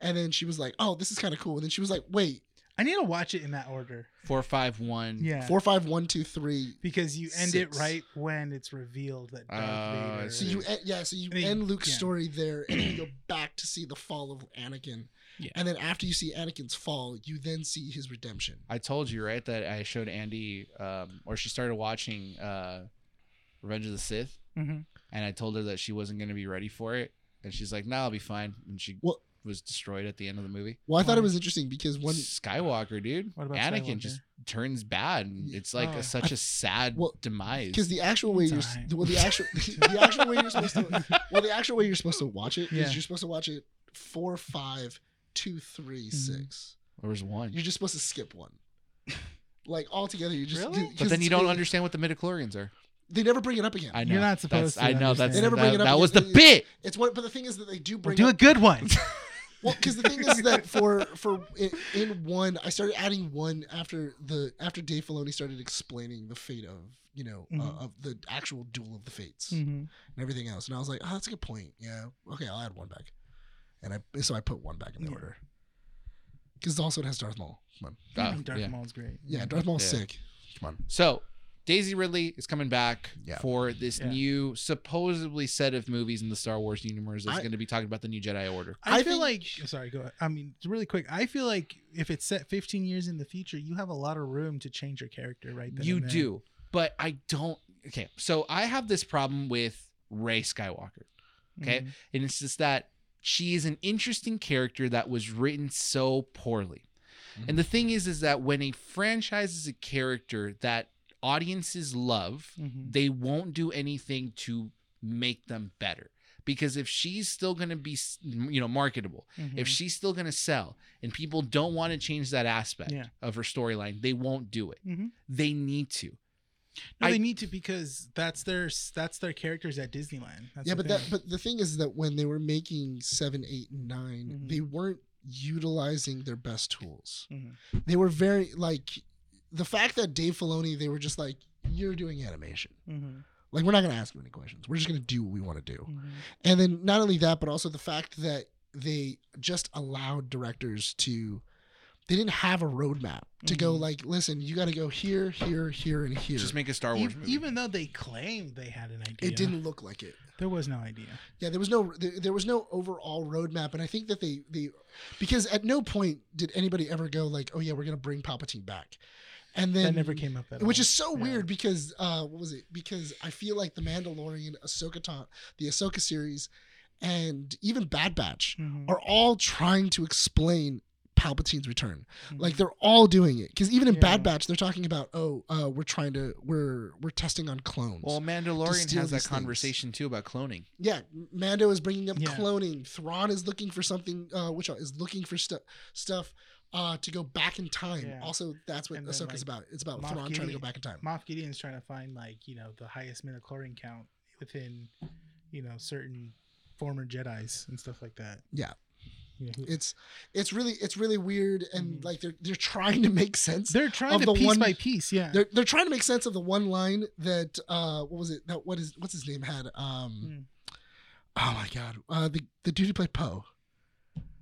and then she was like, "Oh, this is kind of cool." And then she was like, "Wait,
I need to watch it in that order.
Four five one.
Yeah,
four, five, one, two, three.
because you end it
six.
right when it's revealed that Darth
Oh, I
Vader.
So
Yeah.
you end, yeah, so you
I mean,
end Luke's
yeah.
story there, and then you go back to see the fall of Anakin,
Yeah.
and then after you see Anakin's fall, you then see his redemption.
I told you right that I showed Andy um or she started watching uh Revenge of the Sith.
Mhm.
and I told her that she wasn't going to be ready for it, and she's like, "No, I'll be fine." And she
Well-
was destroyed at the end of the movie.
Well, I thought
Why?
it was interesting because when
Skywalker, dude,
What about
Anakin
Skywalker?
just turns bad, and it's like
Oh.
a, such a sad
Well,
demise.
because the actual way
It's
you're
alright.
well, the actual the actual way you're supposed to well the actual way you're supposed to watch it is
Yeah.
you're supposed to watch it four, five, two, three,
Mhm.
Mm-hmm.
six.
There was one,
You're just supposed to skip one. Like altogether, you just
Really?
but then you don't understand
understand.
what the midichlorians are.
They never bring it up again.
I know
You're not
that's-
supposed to
I know that's
understand. They
never bring
that,
it up
that
in
was the
the
bit.
It's what, but the thing is that they do
Well,
bring
do
up
a good one.
Well, because the thing is that for for in, in one, I started adding one after the after Dave Filoni started explaining the fate of you know
Mhm.
Mm-hmm.
uh, of the actual duel of the fates
Mhm.
and everything else, and I was like, oh, that's a good point. Yeah, okay, I'll add one back, and I so I put one back in the
Yeah.
order because also it has Darth Maul. Come on,
Oh,
Darth
yeah.
Maul's great.
yeah, Darth Maul's
Yeah.
sick. Come on,
So Daisy Ridley is coming back
Yeah.
for this
Yeah.
new supposedly set of movies in the Star Wars universe. That's
I-
going to be talking about the new Jedi Order.
I,
I
feel
think-
like sorry, go ahead. I mean, it's really quick. I feel like if it's set 15 years in the future, you have a lot of room to change your character right then
You
and there.
do, but I don't. Okay, so I have this problem with Ray Skywalker. Okay.
Mhm.
And it's just that she is an interesting character that was written so poorly. And the thing is, is that when a franchise is a character that audiences love,
Mhm.
they won't do anything to make them better. Because if she's still going to be, s- you know, marketable, if
Mhm.
she's still going to sell and people don't want to change that aspect
Yeah.
of her storyline, they won't do it.
Mhm.
They need to.
No,
I-
they need to because that's their that's their characters at Disneyland. That's
yeah,
the
but that
thing.
but the thing is that when they were making seven, eight, and 9
Mhm.
they weren't utilizing their best tools.
Mhm.
They were very like the fact that Dave Filoni, they were just like, You're doing animation.
Mhm.
Like we're not gonna ask you any questions. We're just gonna do what we want to do.
Mhm.
And then not only that, but also the fact that they just allowed directors to they didn't have a roadmap to go
Mhm.
like, listen, you gotta go here, here, here, and here.
Just make a Star
E-
Wars movie.
even, though they claimed they had an idea,
it didn't look like it.
There was no idea.
Yeah, there was no there, there was no overall roadmap, and I think that they they because at no point did anybody ever go like, oh yeah, we're gonna bring Palpatine back, and then
that never came up. At
Which
all.
is so
Yeah.
weird because uh, what was it? Because I feel like the Mandalorian, Ahsoka, Ta- the Ahsoka series, and even Bad Batch
Mhm.
are all trying to explain Palpatine's return.
Mhm.
Like they're all doing it because even in
Yeah.
Bad Batch, they're talking about oh, uh, we're trying to we're we're testing on clones.
well, Mandalorian
steal
has that
these things.
conversation too about cloning.
Yeah, Mando is bringing up
Yeah.
cloning. Thrawn is looking for something. Uh, which is looking for stuff stuff uh, to go back in time.
Yeah.
Also, that's what
And then,
Ahsoka's
like,
about. It's about
Moff
Thrawn trying to
Gideon-
go back in time.
Moff Gideon's trying to find like you know the highest midichlorian count within you know certain former Jedi's and stuff like that.
Yeah.
You know, who-
It's it's really it's really weird and
Mhm.
like they're they're trying to make sense.
they're trying
of
to
the
piece
one-
by piece. Yeah.
They're they're trying to make sense of the one line that uh what was it that what is what's his name had um
Hmm.
oh my god uh the the dude who played Poe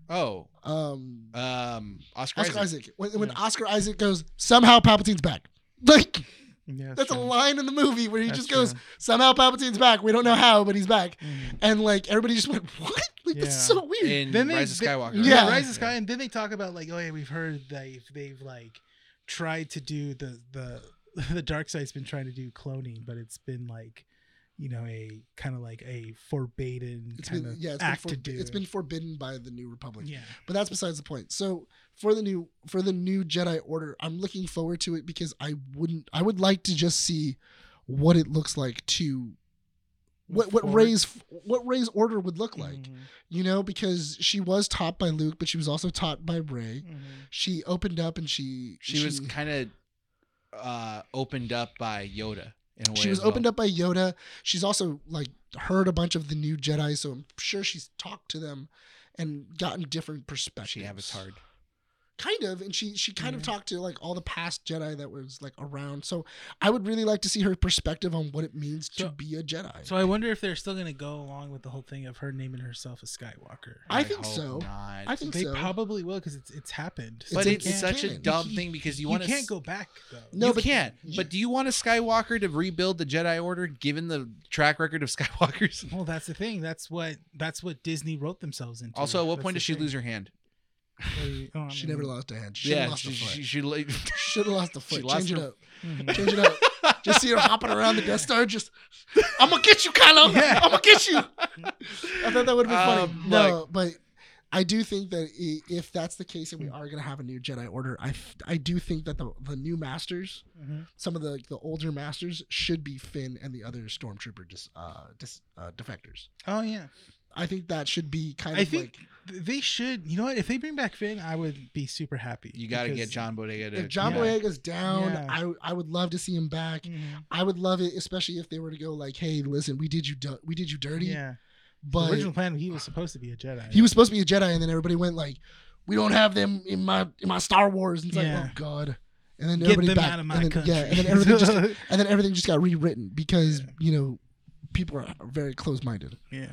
Oh,
um
um, Oscar, Isaac.
Oscar Isaac when, when
Yeah.
Oscar Isaac goes somehow Palpatine's back like
Yeah,
that's a
true.
line in the movie where he
That's
just goes
true.
somehow Palpatine's back we don't know how but he's back
Mhm.
and like everybody just went what like that's
Yeah.
so weird
in
Then they-
Rise
they-
of Skywalker.
Yeah,
Yeah.
Rise of Sky, and then they talk about like, oh yeah, we've heard they've they've like tried to do the the the dark side's been trying to do cloning, but it's been like, you know, a kind of like a forbidden
it's
kind
been
of
yeah it's been,
act
for,
to do.
it's been forbidden by the New Republic
yeah,
but that's besides the point. So for the new for the new Jedi Order, I'm looking forward to it because I wouldn't I would like to just see what it looks like to what what
Forward.
Ray's what Ray's order would look like.
Mm-hmm.
Mhm,
You know, because she was taught by Luke, but she was also taught by Ray.
mhm.
She opened up and she
She, was kind of uh, opened up by Yoda in a way.
she was
as well.
opened up by Yoda. She's also like heard a bunch of the new Jedi, so I'm sure she's talked to them and gotten different perspectives.
She avatared.
kind of and she she kind of
Yeah.
talked to like all the past jedi that was like around so i would really like to see her perspective on what it means
So-
to be a jedi
So I wonder if they're still gonna go along with the whole thing of her naming herself a Skywalker.
I think
hope
so.
not.
i think
they
so
probably will because it's it's happened.
It's
but
in
it's
canon.
such a
You
dumb
can't-
thing because you
you,
want
can't go back though.
No,
you
but-
can't.
you-
but do you want a Skywalker to rebuild the Jedi Order given the track record of Skywalkers?
Well, that's the thing. That's what that's what Disney wrote themselves into.
Also, at what
That's
point
the
does she
thing.
lose her hand?
They- oh, I
she
mean-
never lost a hand she should have
yeah,
lost
she,
a
she, she,
foot
like-
should have lost a foot
lost
change it
her-
up
Mhm.
change it up just see her hopping around the death star just i'm gonna get you kylo i'm gonna get you i thought that would have been funny
Um,
no but I do think that i- if that's the case and we are going to have a new Jedi Order, I, f- I do think that the, the new masters
Mhm.
some of the the older masters should be Finn and the other stormtrooper dis, uh, dis, uh, defectors.
Oh yeah,
I think that should be kind
I
of
think th- they should. You know what? If they bring back Finn, I would be super happy.
you got to
because-
get John Bodega
like
to.
if John
yeah.
Boyega's down,
Yeah.
I I would love to see him back.
Mhm.
I would love it, especially if they were to go like, "Hey, listen, we did you du- we did you dirty,"
Yeah, the
but
original plan he was supposed to be a Jedi.
he was supposed to be a Jedi, and then everybody went like, "We don't have them in my in my Star Wars," and it's
Yeah.
like, "Oh God." And then
get
everybody
them
back,
out of my
and then,
country.
yeah, and then everything just and then everything just got rewritten because you know people are very close-minded.
yeah.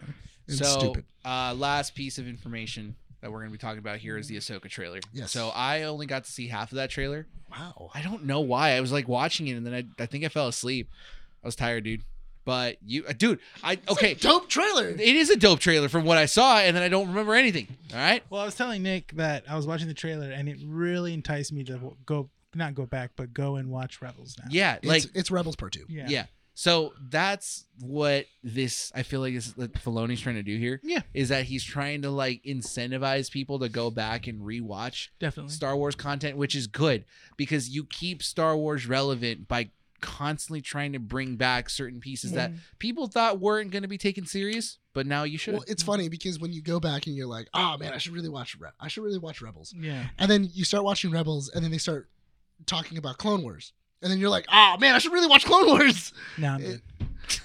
It's
so,
stupid.
Uh, last piece of information that we're going to be talking about here is the Ahsoka trailer.
Yes.
So I only got to see half of that trailer.
Wow.
I don't know why. I was like watching it and then I, I think I fell asleep. I was tired, dude. But you, uh, dude, I, okay.
Dope trailer.
It is a dope trailer from what I saw, and then I don't remember anything. All right.
Well, I was telling Nick that I was watching the trailer and it really enticed me to w- go not go back, but go and watch Rebels now.
Yeah.
It's,
Like,
it's Rebels Part Two.
yeah,
yeah. So that's what this, I feel like, is that Filoni's trying to do here.
Yeah.
Is that he's trying to, like, incentivize people to go back and rewatch
definitely.
Star Wars content, which is good because you keep Star Wars relevant by constantly trying to bring back certain pieces that people thought weren't going to be taken serious, but now you should.
Well, it's funny because when you go back and you're like, "Oh man, I should really watch Re- I should really watch Rebels,"
Mm-hmm. Yeah,
and then you start watching Rebels, and then they start talking about Clone Wars, and then you're like, oh man, I should really watch Clone Wars.
No, I'm
It-
good.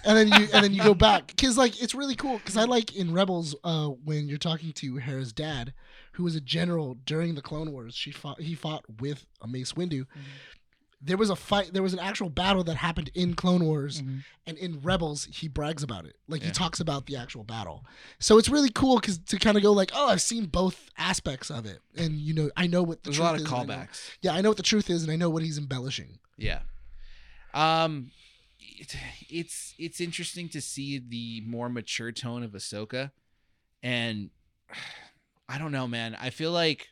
and then you and then you go back because like it's really cool because I like in Rebels uh, when you're talking to Hera's dad, who was a general during the Clone Wars. She fought he fought with a Mace Windu. There was a fight. There was an actual battle that happened in Clone Wars,
Mhm.
and in Rebels he brags about it. Like
Yeah.
he talks about the actual battle. So it's really cool because to kind of go like, oh, I've seen both aspects of it, and you know I know what the
There's a
truth
lot of
is, and I know-
callbacks.
yeah, I know what the truth is, and I know what he's embellishing.
Yeah. Um it, it's it's interesting to see the more mature tone of Ahsoka and I don't know, man. I feel like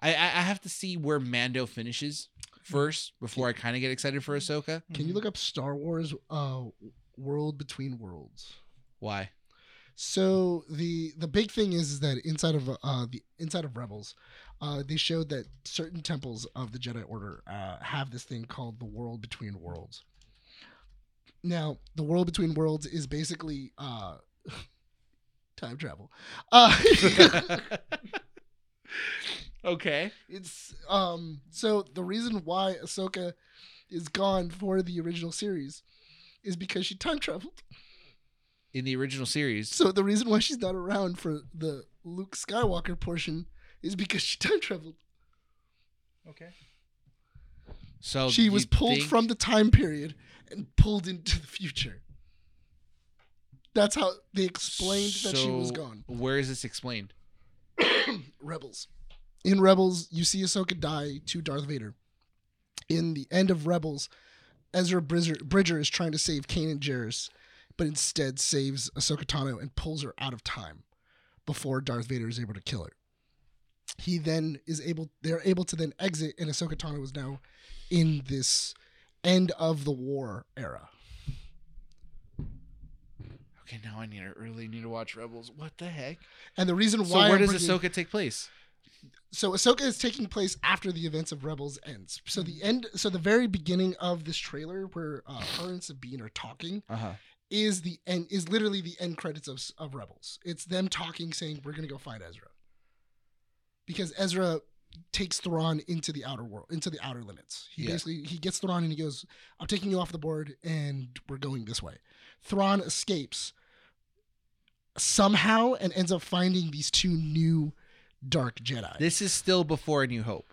I I I have to see where Mando finishes first before I kind of get excited for Ahsoka.
Can you look up Star Wars uh, World Between Worlds?
Why?
So the the big thing is, is that inside of uh, the inside of Rebels, uh, they showed that certain temples of the Jedi Order uh, have this thing called the World Between Worlds. Now, the World Between Worlds is basically uh, time travel. Uh,
okay.
It's um so the reason why Ahsoka is gone for the original series is because she time traveled.
In the original series.
So the reason why she's not around for the Luke Skywalker portion is because she time traveled.
Okay.
So
she
Oh, you
was pulled
think-
from the time period and pulled into the future. That's how they explained that she was
So
gone.
Where is this explained?
Rebels. In Rebels, you see Ahsoka die to Darth Vader. In the end of Rebels, Ezra Bridger, Bridger is trying to save Kanan Jarrus, but instead saves Ahsoka Tano and pulls her out of time before Darth Vader is able to kill her. He then is able; they're able to then exit, and Ahsoka Tano is now in this end of the war era.
Okay, now I need to really need to watch Rebels. What the heck?
And the reason
So
why
where
I'm
does
bringing-
Ahsoka take place?
so Ahsoka is taking place after the events of Rebels ends. So the end, so the very beginning of this trailer where uh, her and Sabine are talking
Uh huh.
is the end is literally the end credits of of Rebels. It's them talking, saying we're gonna go find Ezra because Ezra takes Thrawn into the outer world, into the outer limits. He
Yeah.
basically he gets Thrawn and he goes, "I'm taking you off the board, and we're going this way." Thrawn escapes somehow and ends up finding these two new dark Jedi.
This is still before A New Hope.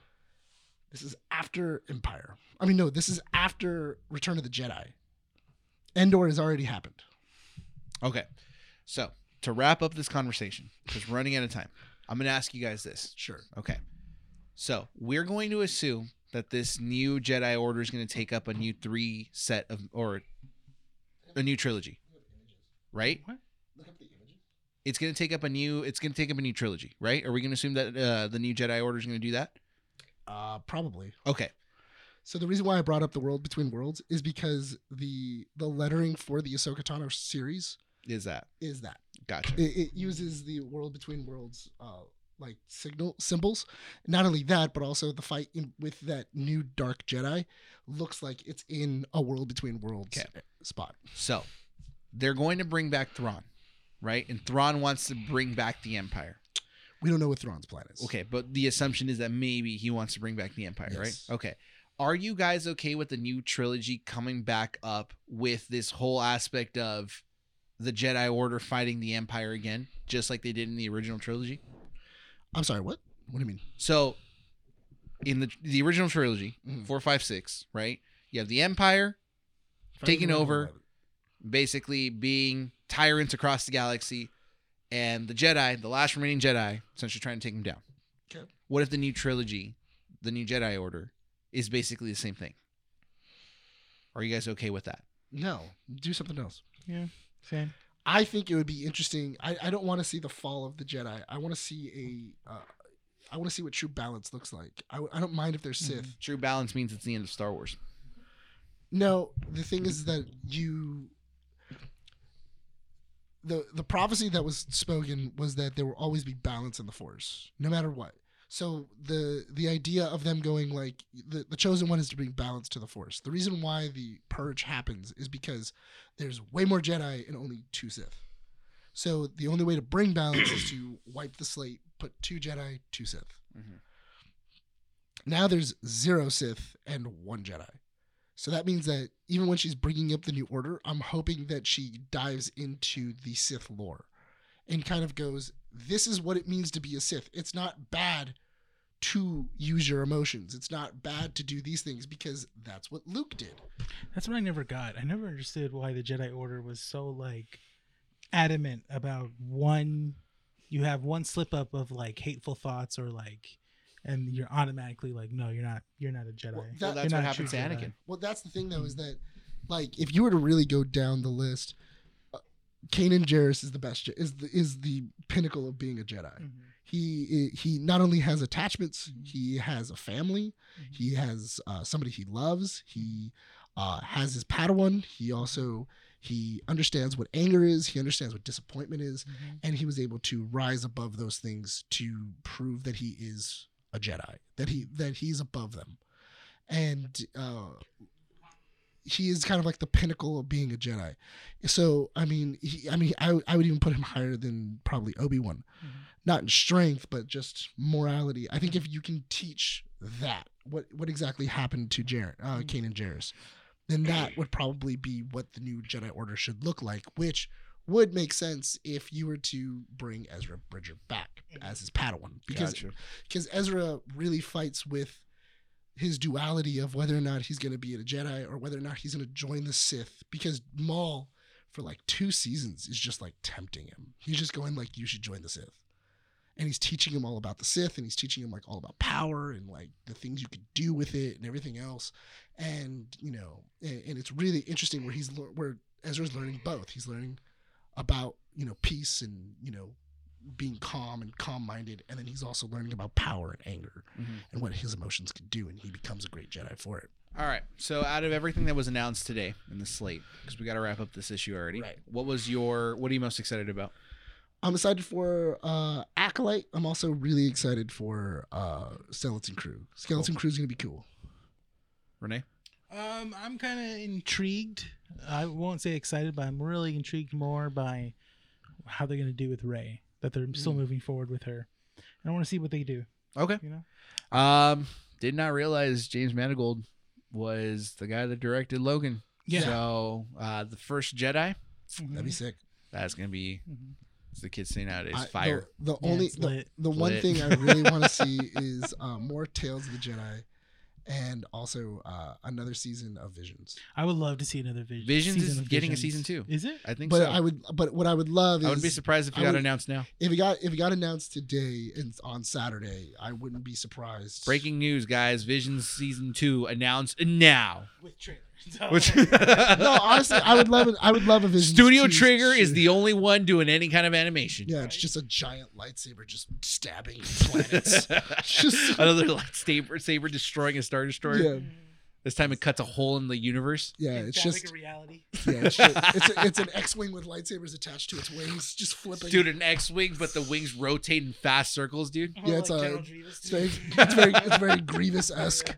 This is after Empire. I mean, no, this is after Return of the Jedi. Endor has already happened.
Okay. So to wrap up this conversation, because we're running out of time, I'm going to ask you guys this.
Sure.
Okay. So we're going to assume that this new Jedi Order is going to take up a new three set of, or a new trilogy, right? It's going to take up a new, it's going to take up a new trilogy, right? Are we going to assume that uh, the new Jedi Order is going to do that?
Uh, probably.
Okay.
So the reason why I brought up the world between worlds is because the the lettering for the Ahsoka Tano series
Is that.
is that
Gotcha.
it, it uses the world between worlds uh, like signal symbols. Not only that, but also the fight in, with that new Dark Jedi looks like it's in a world between worlds
Okay.
spot.
So they're going to bring back Thrawn, right? And Thrawn wants to bring back the Empire.
We don't know what Thrawn's plan is.
Okay, but the assumption is that maybe he wants to bring back the Empire,
Yes.
right? Okay. Are you guys okay with the new trilogy coming back up with this whole aspect of the Jedi Order fighting the Empire again, just like they did in the original trilogy?
I'm sorry. What? What do you mean?
So in the the original trilogy,
Mhm.
four, five, six, right? You have the Empire Taking over. basically being tyrants across the galaxy, and the Jedi, the last remaining Jedi, essentially trying to take them down.
Okay.
What if the new trilogy, the new Jedi Order, is basically the same thing? Are you guys okay with that?
No, do something else.
Same.
I think it would be interesting. I, I don't want to see the fall of the Jedi. I want to see a. Uh, I want to see what true balance looks like. I, w- I don't mind if they're Sith.
True balance means it's the end of Star Wars.
No, the thing is that you. The the prophecy that was spoken was that there will always be balance in the Force, no matter what. So the the idea of them going like the, the chosen one is to bring balance to the Force. The reason why the purge happens is because there's way more Jedi and only two Sith. So the only way to bring balance is to wipe the slate, put two Jedi, two Sith.
Mhm.
Now there's zero Sith and one Jedi. So that means that even when she's bringing up the New Order, I'm hoping that she dives into the Sith lore and kind of goes, this is what it means to be a Sith. It's not bad to use your emotions, it's not bad to do these things because that's what Luke did.
That's what I never got. I never understood why the Jedi Order was so like adamant about one. You have one slip up of like hateful thoughts or like, and you're automatically like, no, you're not. You're not a Jedi.
Well,
Well,
That-
that's
You're
what
not a
happened to
true Jedi.
Anakin.
Well, that's the thing though is that, like, if you were to really go down the list, uh, Kanan Jarrus is the best. Je- Is the is the pinnacle of being a Jedi.
Mhm.
He he not only has attachments,
Mhm.
he has a family,
Mhm.
he has uh, somebody he loves. He uh, has his Padawan. He also he understands what anger is. He understands what disappointment is,
Mhm.
and he was able to rise above those things to prove that he is a Jedi, that he that he's above them, and uh, he is kind of like the pinnacle of being a Jedi. So I mean, he, I mean, I, I would even put him higher than probably Obi Wan,
Mhm.
not in strength, but just morality. I think if you can teach that, what what exactly happened to Jar uh,
Mhm.
Kanan Jarrus, then that would probably be what the new Jedi Order should look like, which would make sense if you were to bring Ezra Bridger back as his Padawan, because
Gotcha.
because Ezra really fights with his duality of whether or not he's going to be a Jedi or whether or not he's going to join the Sith. Because Maul, for like two seasons, is just like tempting him. He's just going like, "You should join the Sith," and he's teaching him all about the Sith, and he's teaching him like all about power and like the things you could do with it and everything else. And you know, and, and it's really interesting where he's lear- where Ezra's learning both. He's learning about you know peace and you know being calm and calm minded and then he's also learning about power and anger
Mhm.
and what his emotions can do and he becomes a great jedi for it
All right. So out of everything that was announced today in the slate, because we got to wrap up this issue already.
Right.
What was your? What are you most excited about?
i'm excited for uh acolyte i'm also really excited for uh skeleton crew skeleton Crew's gonna be cool
Renee?
Um, I'm kind of intrigued. I won't say excited, but I'm really intrigued more by how they're going to do with Ray. That they're still
Mm-hmm.
moving forward with her. And I want to see what they do.
Okay.
You know,
Um, did not realize James Mangold was the guy that directed Logan.
Yeah.
So uh, the first Jedi.
that'd be sick
That's gonna be
Mhm.
it's the kids say nowadays.
I-
fire.
the, the
Yeah,
only
it's
the,
lit.
the one
Lit.
thing i really want to see is uh, more tales of the jedi and also uh, another season of visions
I would love to see another Vision.
Visions
season
is
of
getting a
Visions.
season two.
Is it?
I think
but
so.
i would but what i would love is
I would be surprised if it
I
got
would-
announced now.
if it got if it got announced today and on saturday i wouldn't be surprised
Breaking news, guys! Visions season two announced now.
With trailers.
Which
no, honestly, I would love it. I would love a vision.
Studio Trigger is the only one doing any kind of animation.
yeah. It's just a giant lightsaber just stabbing planets. just-
Another lightsaber saber destroying a star destroyer.
yeah,
This time it cuts a hole in the universe.
yeah. It's just
reality.
yeah. It's, just, it's, a, it's an X-wing with lightsabers attached to its wings, just flipping.
Dude, an X-wing, but the wings rotate in fast circles, dude.
Yeah, it's, uh, it's very, it's very, it's very Grievous esque.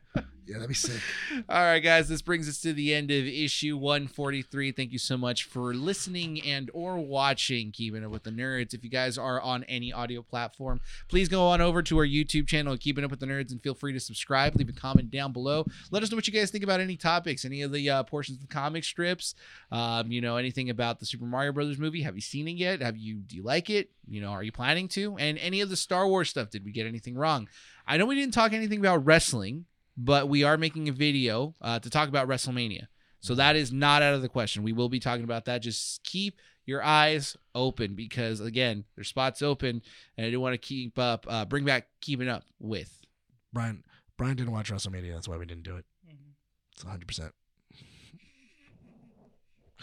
Yeah, that'd be sick.
All right, guys, this brings us to the end of issue 143. Thank you so much for listening and or watching Keeping Up with the Nerds. If you guys are on any audio platform, please go on over to our YouTube channel, Keeping Up with the Nerds, and feel free to subscribe. Leave a comment down below. Let us know what you guys think about any topics, any of the uh, portions of the comic strips. Um, you know, anything about the Super Mario Brothers movie? Have you seen it yet? Have you do you like it? You know, are you planning to? And any of the Star Wars stuff? Did we get anything wrong? I know we didn't talk anything about wrestling but we are making a video uh, to talk about WrestleMania. So
Mm-hmm.
that is not out of the question. We will be talking about that. Just keep your eyes open because again, there's spots open, and I do want to keep up, uh, bring back keeping up with.
Brian, Brian didn't watch WrestleMania. That's why we didn't do it. It's 100. percent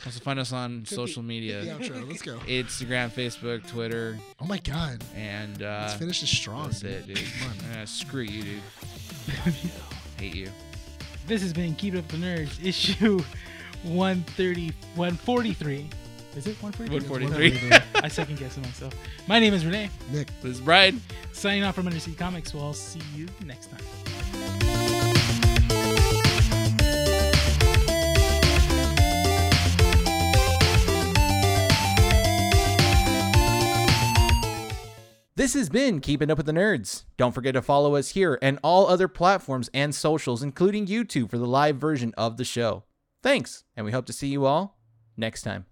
Also find us on social media,
The outro. Let's go.
Instagram, Facebook, Twitter,
Oh my god.
and
Let's
uh,
finish this strong.
that's it, dude.
Come on.
Uh, screw you, dude. Hate you.
Mm-hmm. This has been Keep It Up with the Nerds, issue 130, 143. Is it 143?
143.
I second guessing myself. My name is Renee.
Nick.
This is Brian.
Signing off from Undersea Comics. We'll all see you next time.
This has been Keeping Up with the Nerds. Don't forget to follow us here and all other platforms and socials, including YouTube, for the live version of the show. Thanks, and we hope to see you all next time.